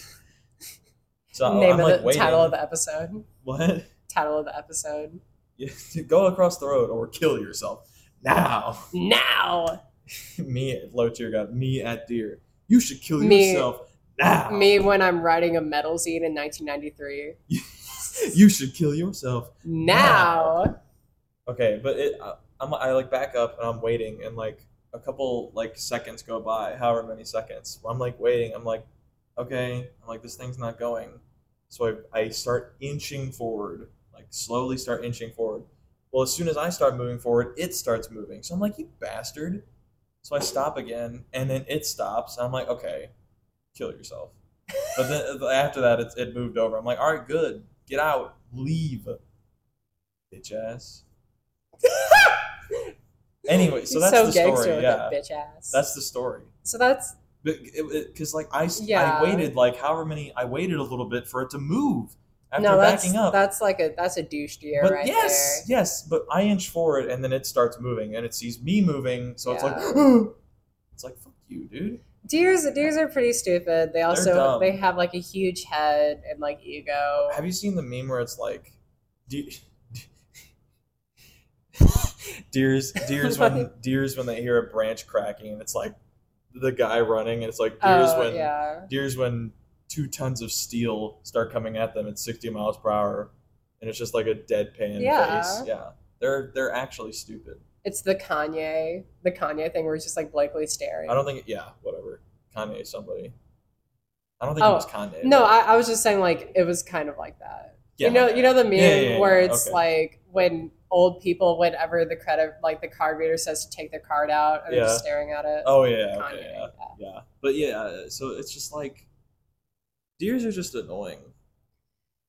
C: I'm
A: of
C: like,
A: the
C: waiting.
A: title of the episode.
C: [LAUGHS] what?
A: Title of the episode.
C: Yeah, go across the road or kill yourself now. [LAUGHS]
A: Now,
C: me at low tier got me at deer. You should kill
A: Me-
C: yourself now.
A: me when I'm writing a metal zine in 1993.
C: You should kill yourself
A: Now,
C: Okay, but it, I, I'm, I like back up and I'm waiting, and like a couple like seconds go by, however many seconds. I'm like waiting. I'm like, okay. I'm like this thing's not going. So I, I start inching forward, like slowly start inching forward. Well, as soon as I start moving forward, it starts moving. So I'm like, you bastard. So I stop again, and then it stops. I'm like, okay, kill yourself. But then
A: [LAUGHS]
C: after that, it, it moved over. I'm like, all right, good, get out, leave, bitch ass.
A: [LAUGHS]
C: anyway, so
A: You're
C: that's
A: so
C: the
A: gangster
C: story.
A: with
C: Yeah,
A: that bitch ass.
C: that's the story.
A: so that's
C: Because like I, s- I
A: Yeah.
C: waited like however many I waited a little bit for it to move after
A: no, that's
C: backing up.
A: that's like a that's a douche deer
C: but
A: right
C: yes,
A: there.
C: yes, but I inch forward and then it starts moving and it sees me moving, so it's
A: Yeah.
C: like [GASPS] it's like fuck you, dude.
A: Deers, deers are pretty stupid. They also
C: dumb.
A: they have like a huge head and like ego.
C: Have you seen the meme where it's like, de- [LAUGHS] deers,
A: [LAUGHS]
C: deers when deers when they hear a branch cracking and it's like the guy running and it's like deers
A: oh
C: when
A: yeah.
C: deers when two tons of steel start coming at them at 60 miles per hour and it's just like a deadpan
A: Yeah.
C: face. Yeah, they're they're actually stupid.
A: It's the Kanye, the Kanye thing where it's just like blankly staring.
C: I don't think. Yeah, whatever. Kanye, somebody. I don't think it
A: Oh,
C: was Kanye.
A: No,
C: but-
A: I, I was just saying like it was kind of like that.
C: yeah.
A: You know, you know the meme
C: Yeah, yeah, yeah,
A: where
C: yeah,
A: it's
C: okay.
A: like when old people, whenever the credit, like the card reader says to take their card out, and they're
C: Yeah.
A: just staring at it.
C: Oh yeah.
A: Kanye,
C: Okay. Yeah. Yeah, but yeah, so it's just like deers are just annoying.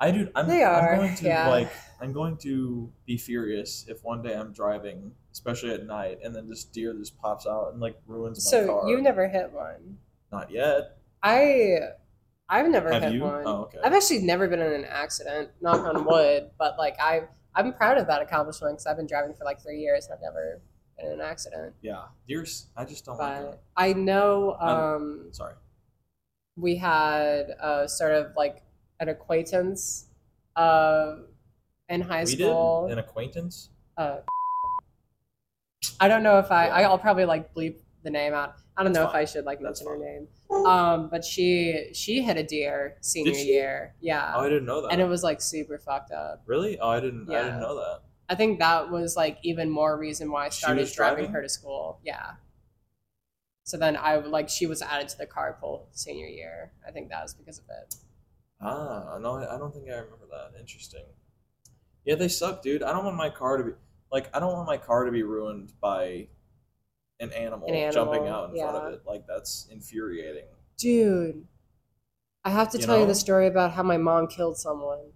C: I do. I'm,
A: They are,
C: I'm going to
A: yeah.
C: like. I'm going to be furious if one day I'm driving, especially at night, and then this deer just pops out and like ruins my
A: So
C: car.
A: you never hit one.
C: Not yet.
A: I, I've never
C: Have
A: hit
C: you?
A: one.
C: Oh, okay.
A: I've actually never been in an accident. Knock on wood. But like I, I'm proud of that accomplishment because I've been driving for like three years and I've never been in an accident.
C: yeah, deers. I just don't like them.
A: But I know.
C: I'm-
A: Um,
C: Sorry.
A: we had uh, sort of like an acquaintance uh, in high
C: we
A: school.
C: did an acquaintance.
A: uh, I don't know if I,
C: Yeah.
A: I'll probably like bleep the name out. I don't know
C: That's
A: if I should like
C: That's
A: mention her name. Um, but she she hit a deer senior
C: she?
A: year, yeah,
C: Oh, I didn't know that.
A: and it was like super fucked up.
C: really? Oh, I didn't. I
A: Yeah.
C: didn't know that.
A: I think that was like even more reason why I
C: She
A: started
C: was
A: driving,
C: driving?
A: her to school. Yeah. So then I like she was added to the carpool senior year. I think that was because of it.
C: Ah, no, I I don't think I remember that. Interesting. Yeah, they suck, dude. I don't want my car to be like I don't want my car to be ruined by an animal,
A: An
C: jumping
A: animal,
C: out in front of
A: yeah.
C: it. Like that's infuriating.
A: Dude, I have to
C: You
A: tell you
C: know?
A: the story about how my mom killed someone.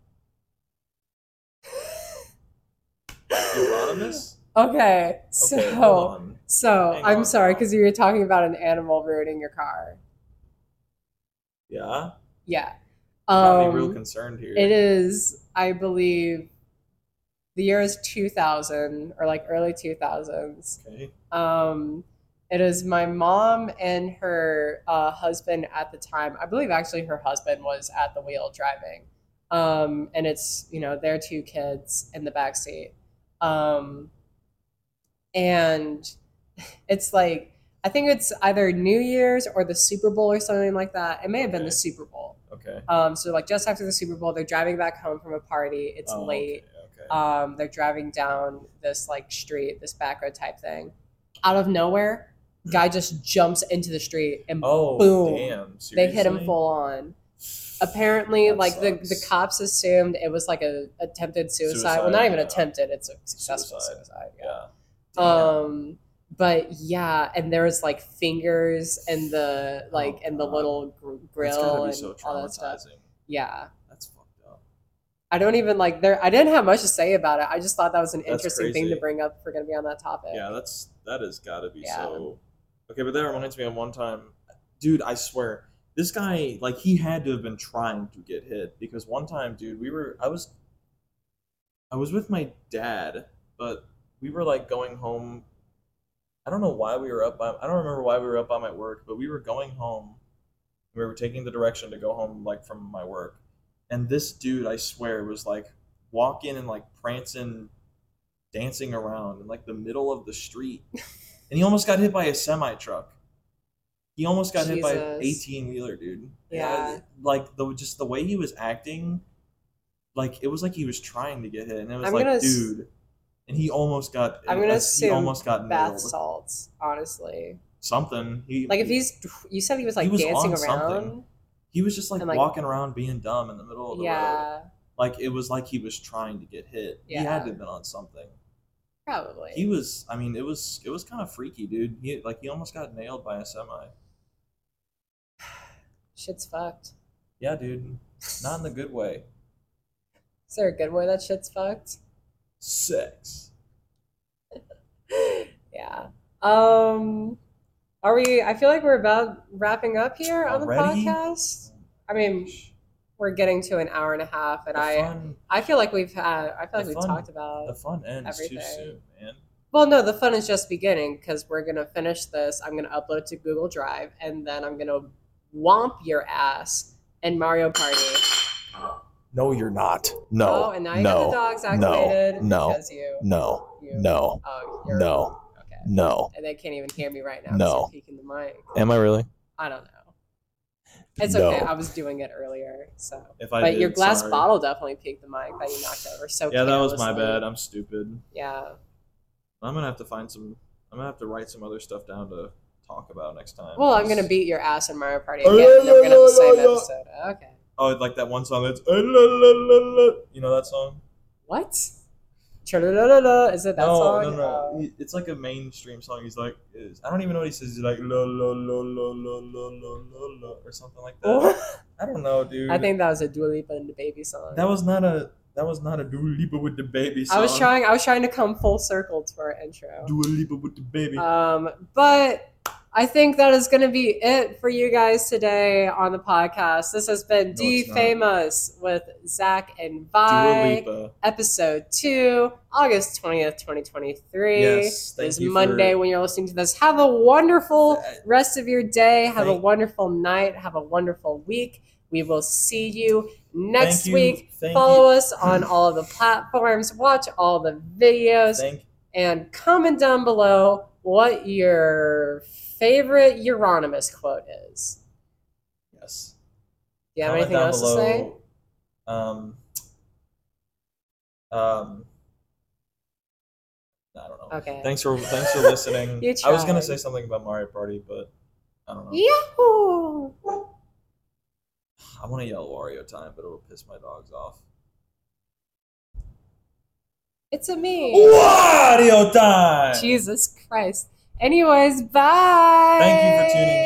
A: [LAUGHS]
C: Euronymous?
A: Okay, so
C: Okay, hold on.
A: so
C: Hang
A: I'm
C: on.
A: sorry because you were talking about an animal ruining your car.
C: Yeah,
A: Yeah.
C: got me real
A: Um,
C: concerned here.
A: it is, I believe, the year is 2000 or like early 2000s.
C: Okay.
A: Um, it is my mom and her uh, husband at the time. I believe actually her husband was at the wheel driving. Um, and it's, you know, their two kids in the backseat. Um, and [LAUGHS] it's like, I think it's either New Year's or the Super Bowl or something like that. It may have been the
C: Okay.
A: Super Bowl.
C: Okay.
A: Um, so, like, just after the Super Bowl, they're driving back home from a party. It's
C: Oh,
A: late
C: Okay. okay.
A: um, they're driving down this like street, this back road type thing. Out of nowhere, guy just jumps into the street and
C: Hmm. oh,
A: boom.
C: damn.
A: they hit him
C: seriously?
A: full on. Apparently,
C: That
A: like the the
C: sucks.
A: cops assumed it was like a attempted suicide. well,
C: Suicide,
A: not even
C: yeah.
A: attempted; it's a successful
C: Suicide.
A: suicide.
C: Yeah.
A: yeah. Um, but yeah, and there was like fingers and the like
C: Oh,
A: and the
C: God.
A: little gr-
C: That's gotta
A: grill
C: be
A: and
C: so
A: all that stuff.
C: traumatizing.
A: Yeah.
C: That's fucked up.
A: I don't even like there. I didn't have much to say about it. I just thought that was an
C: That's
A: interesting thing to
C: crazy.
A: bring up. If we're gonna be on that topic.
C: Yeah, that's that has got to be
A: Yeah.
C: so. Okay, but that reminds me of one time, dude. I swear, this guy like he had to have been trying to get hit because one time, dude, we were I was, I was with my dad, but we were like going home. I don't know why we were up by. I don't remember why we were up by my work, but we were going home. We were taking the direction to go home, like from my work, and this dude, I swear, was like walking and like prancing dancing around in like the middle of
A: [LAUGHS]
C: the street. and he almost got hit by a semi truck. He almost got hit by an
A: Jesus.
C: 18 wheeler, dude.
A: Yeah.
C: Like the just the way he was acting, like it was like he was trying to get hit. And it was
A: I'm
C: like,
A: gonna s-
C: dude. And he almost got
A: I'm gonna
C: he
A: assume
C: almost got
A: Bath
C: nailed.
A: salts, honestly.
C: something. He
A: Like if he's, you said he was like
C: was
A: dancing
C: on something.
A: around.
C: he was just like,
A: and, like-
C: walking around being dumb in the middle of the road.
A: Yeah,
C: Like it was like he was trying to get hit. He
A: Yeah.
C: had to have been on something.
A: probably.
C: He was. I mean, it was. It was kind of freaky, dude. He like he almost got nailed by a semi.
A: shit's fucked.
C: Yeah, dude. Not in the good way.
A: Is there a good way that shit's fucked? [GASPS]
C: Sex.
A: yeah. Um, are we? I feel like we're about wrapping up here on
C: Already?
A: the podcast. I mean, we're getting to an hour and a half, and
C: The
A: I,
C: fun.
A: I feel like we've had, I feel like
C: The
A: we've
C: fun-
A: talked about
C: The fun ends
A: everything.
C: too soon, man.
A: Well, no, the fun is just beginning because we're gonna finish this. I'm gonna upload to Google Drive, and then I'm gonna womp your ass in Mario Party.
F: No, you're not.
A: oh,
F: No.
A: and now you got the
F: no.
A: dogs activated
F: no,
A: because you,
F: No.
A: you
F: No.
A: oh, you're,
F: No.
A: okay,
F: No.
A: and they can't even hear me right now. 'cause
F: No.
A: you're peeking the mic.
C: Am I really?
A: I don't know. It's
F: No.
A: okay. I was doing it earlier, so.
C: If I
A: but
C: did,
A: your glass
C: sorry.
A: bottle definitely peaked the mic that you knocked over. So
C: Yeah, that was my
A: carelessly.
C: bad. I'm stupid.
A: Yeah,
C: I'm gonna have to find some. I'm gonna have to write some other stuff down to talk about next time.
A: well, I'm gonna beat your ass in Mario Party
F: Oh,
A: again. and then we're gonna have the same episode. Okay,
C: Oh, like that one song that's. "Uh, You know that song?
A: What? Cha-la-la-la-la. Is it that
C: no,
A: song?
C: no, no,
A: Oh.
C: He- It's like a mainstream song. He's like, is- I don't even know what he says. He's like, lo, lo, lo, lo, lo, lo, lo, lo, lo, or something like that. I don't know, dude.
A: I think that was a Dua Lipa and the Baby song.
C: that was not a that was not a Dua Lipa with the baby song.
A: I was trying. I was trying to come full circle to our intro.
C: Dua Lipa with the baby.
A: Um, but I think that is going to be it for you guys today on the podcast. This has been
C: No, it's
A: D
C: not.
A: Famous with Zach and
C: Dua
A: Vi,
C: Lipa.
A: episode two, August twentieth, twenty twenty three.
C: Yes, thank
A: This
C: you for-
A: Monday when you're listening to this. Have a wonderful
C: Uh,
A: rest of your day. Have a
C: Thank-
A: wonderful night. Have a wonderful week. We will see you next
C: thank you-
A: week.
C: thank
A: Follow
C: you, [CLEARS THROAT]
A: us on all of the platforms. Watch all the videos
C: Thank
A: and comment down below what your favorite Euronymous quote is.
C: yes.
A: Do you have
C: Comment
A: anything
C: down
A: else
C: below,
A: to say?
C: Um. Um. I don't know.
A: Okay.
C: Thanks for thanks for
A: [LAUGHS]
C: listening.
A: You
C: I was gonna
A: tried.
C: say something about Mario Party, but I don't know.
A: Yahoo!
C: I want to yell Wario time, but it'll piss my dogs off.
A: It's a me.
C: Wario time!
A: Jesus Christ. Anyways, bye.
C: Thank you for tuning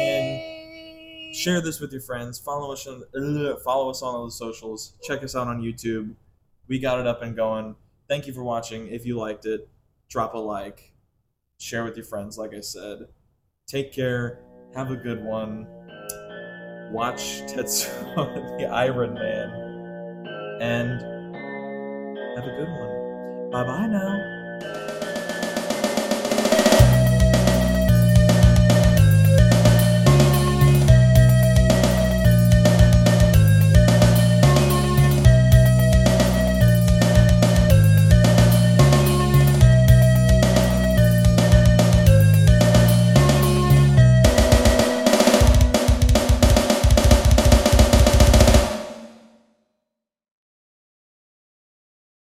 A: in.
C: Share this with your friends. Follow us on ugh, follow us on all the socials. Check us out on YouTube. We got it up and going. Thank you for watching. If you liked it, drop a like. Share with your friends, like I said. Take care. Have a good one. Watch Tetsuo [LAUGHS] the Iron Man. And have a good one. Bye bye now.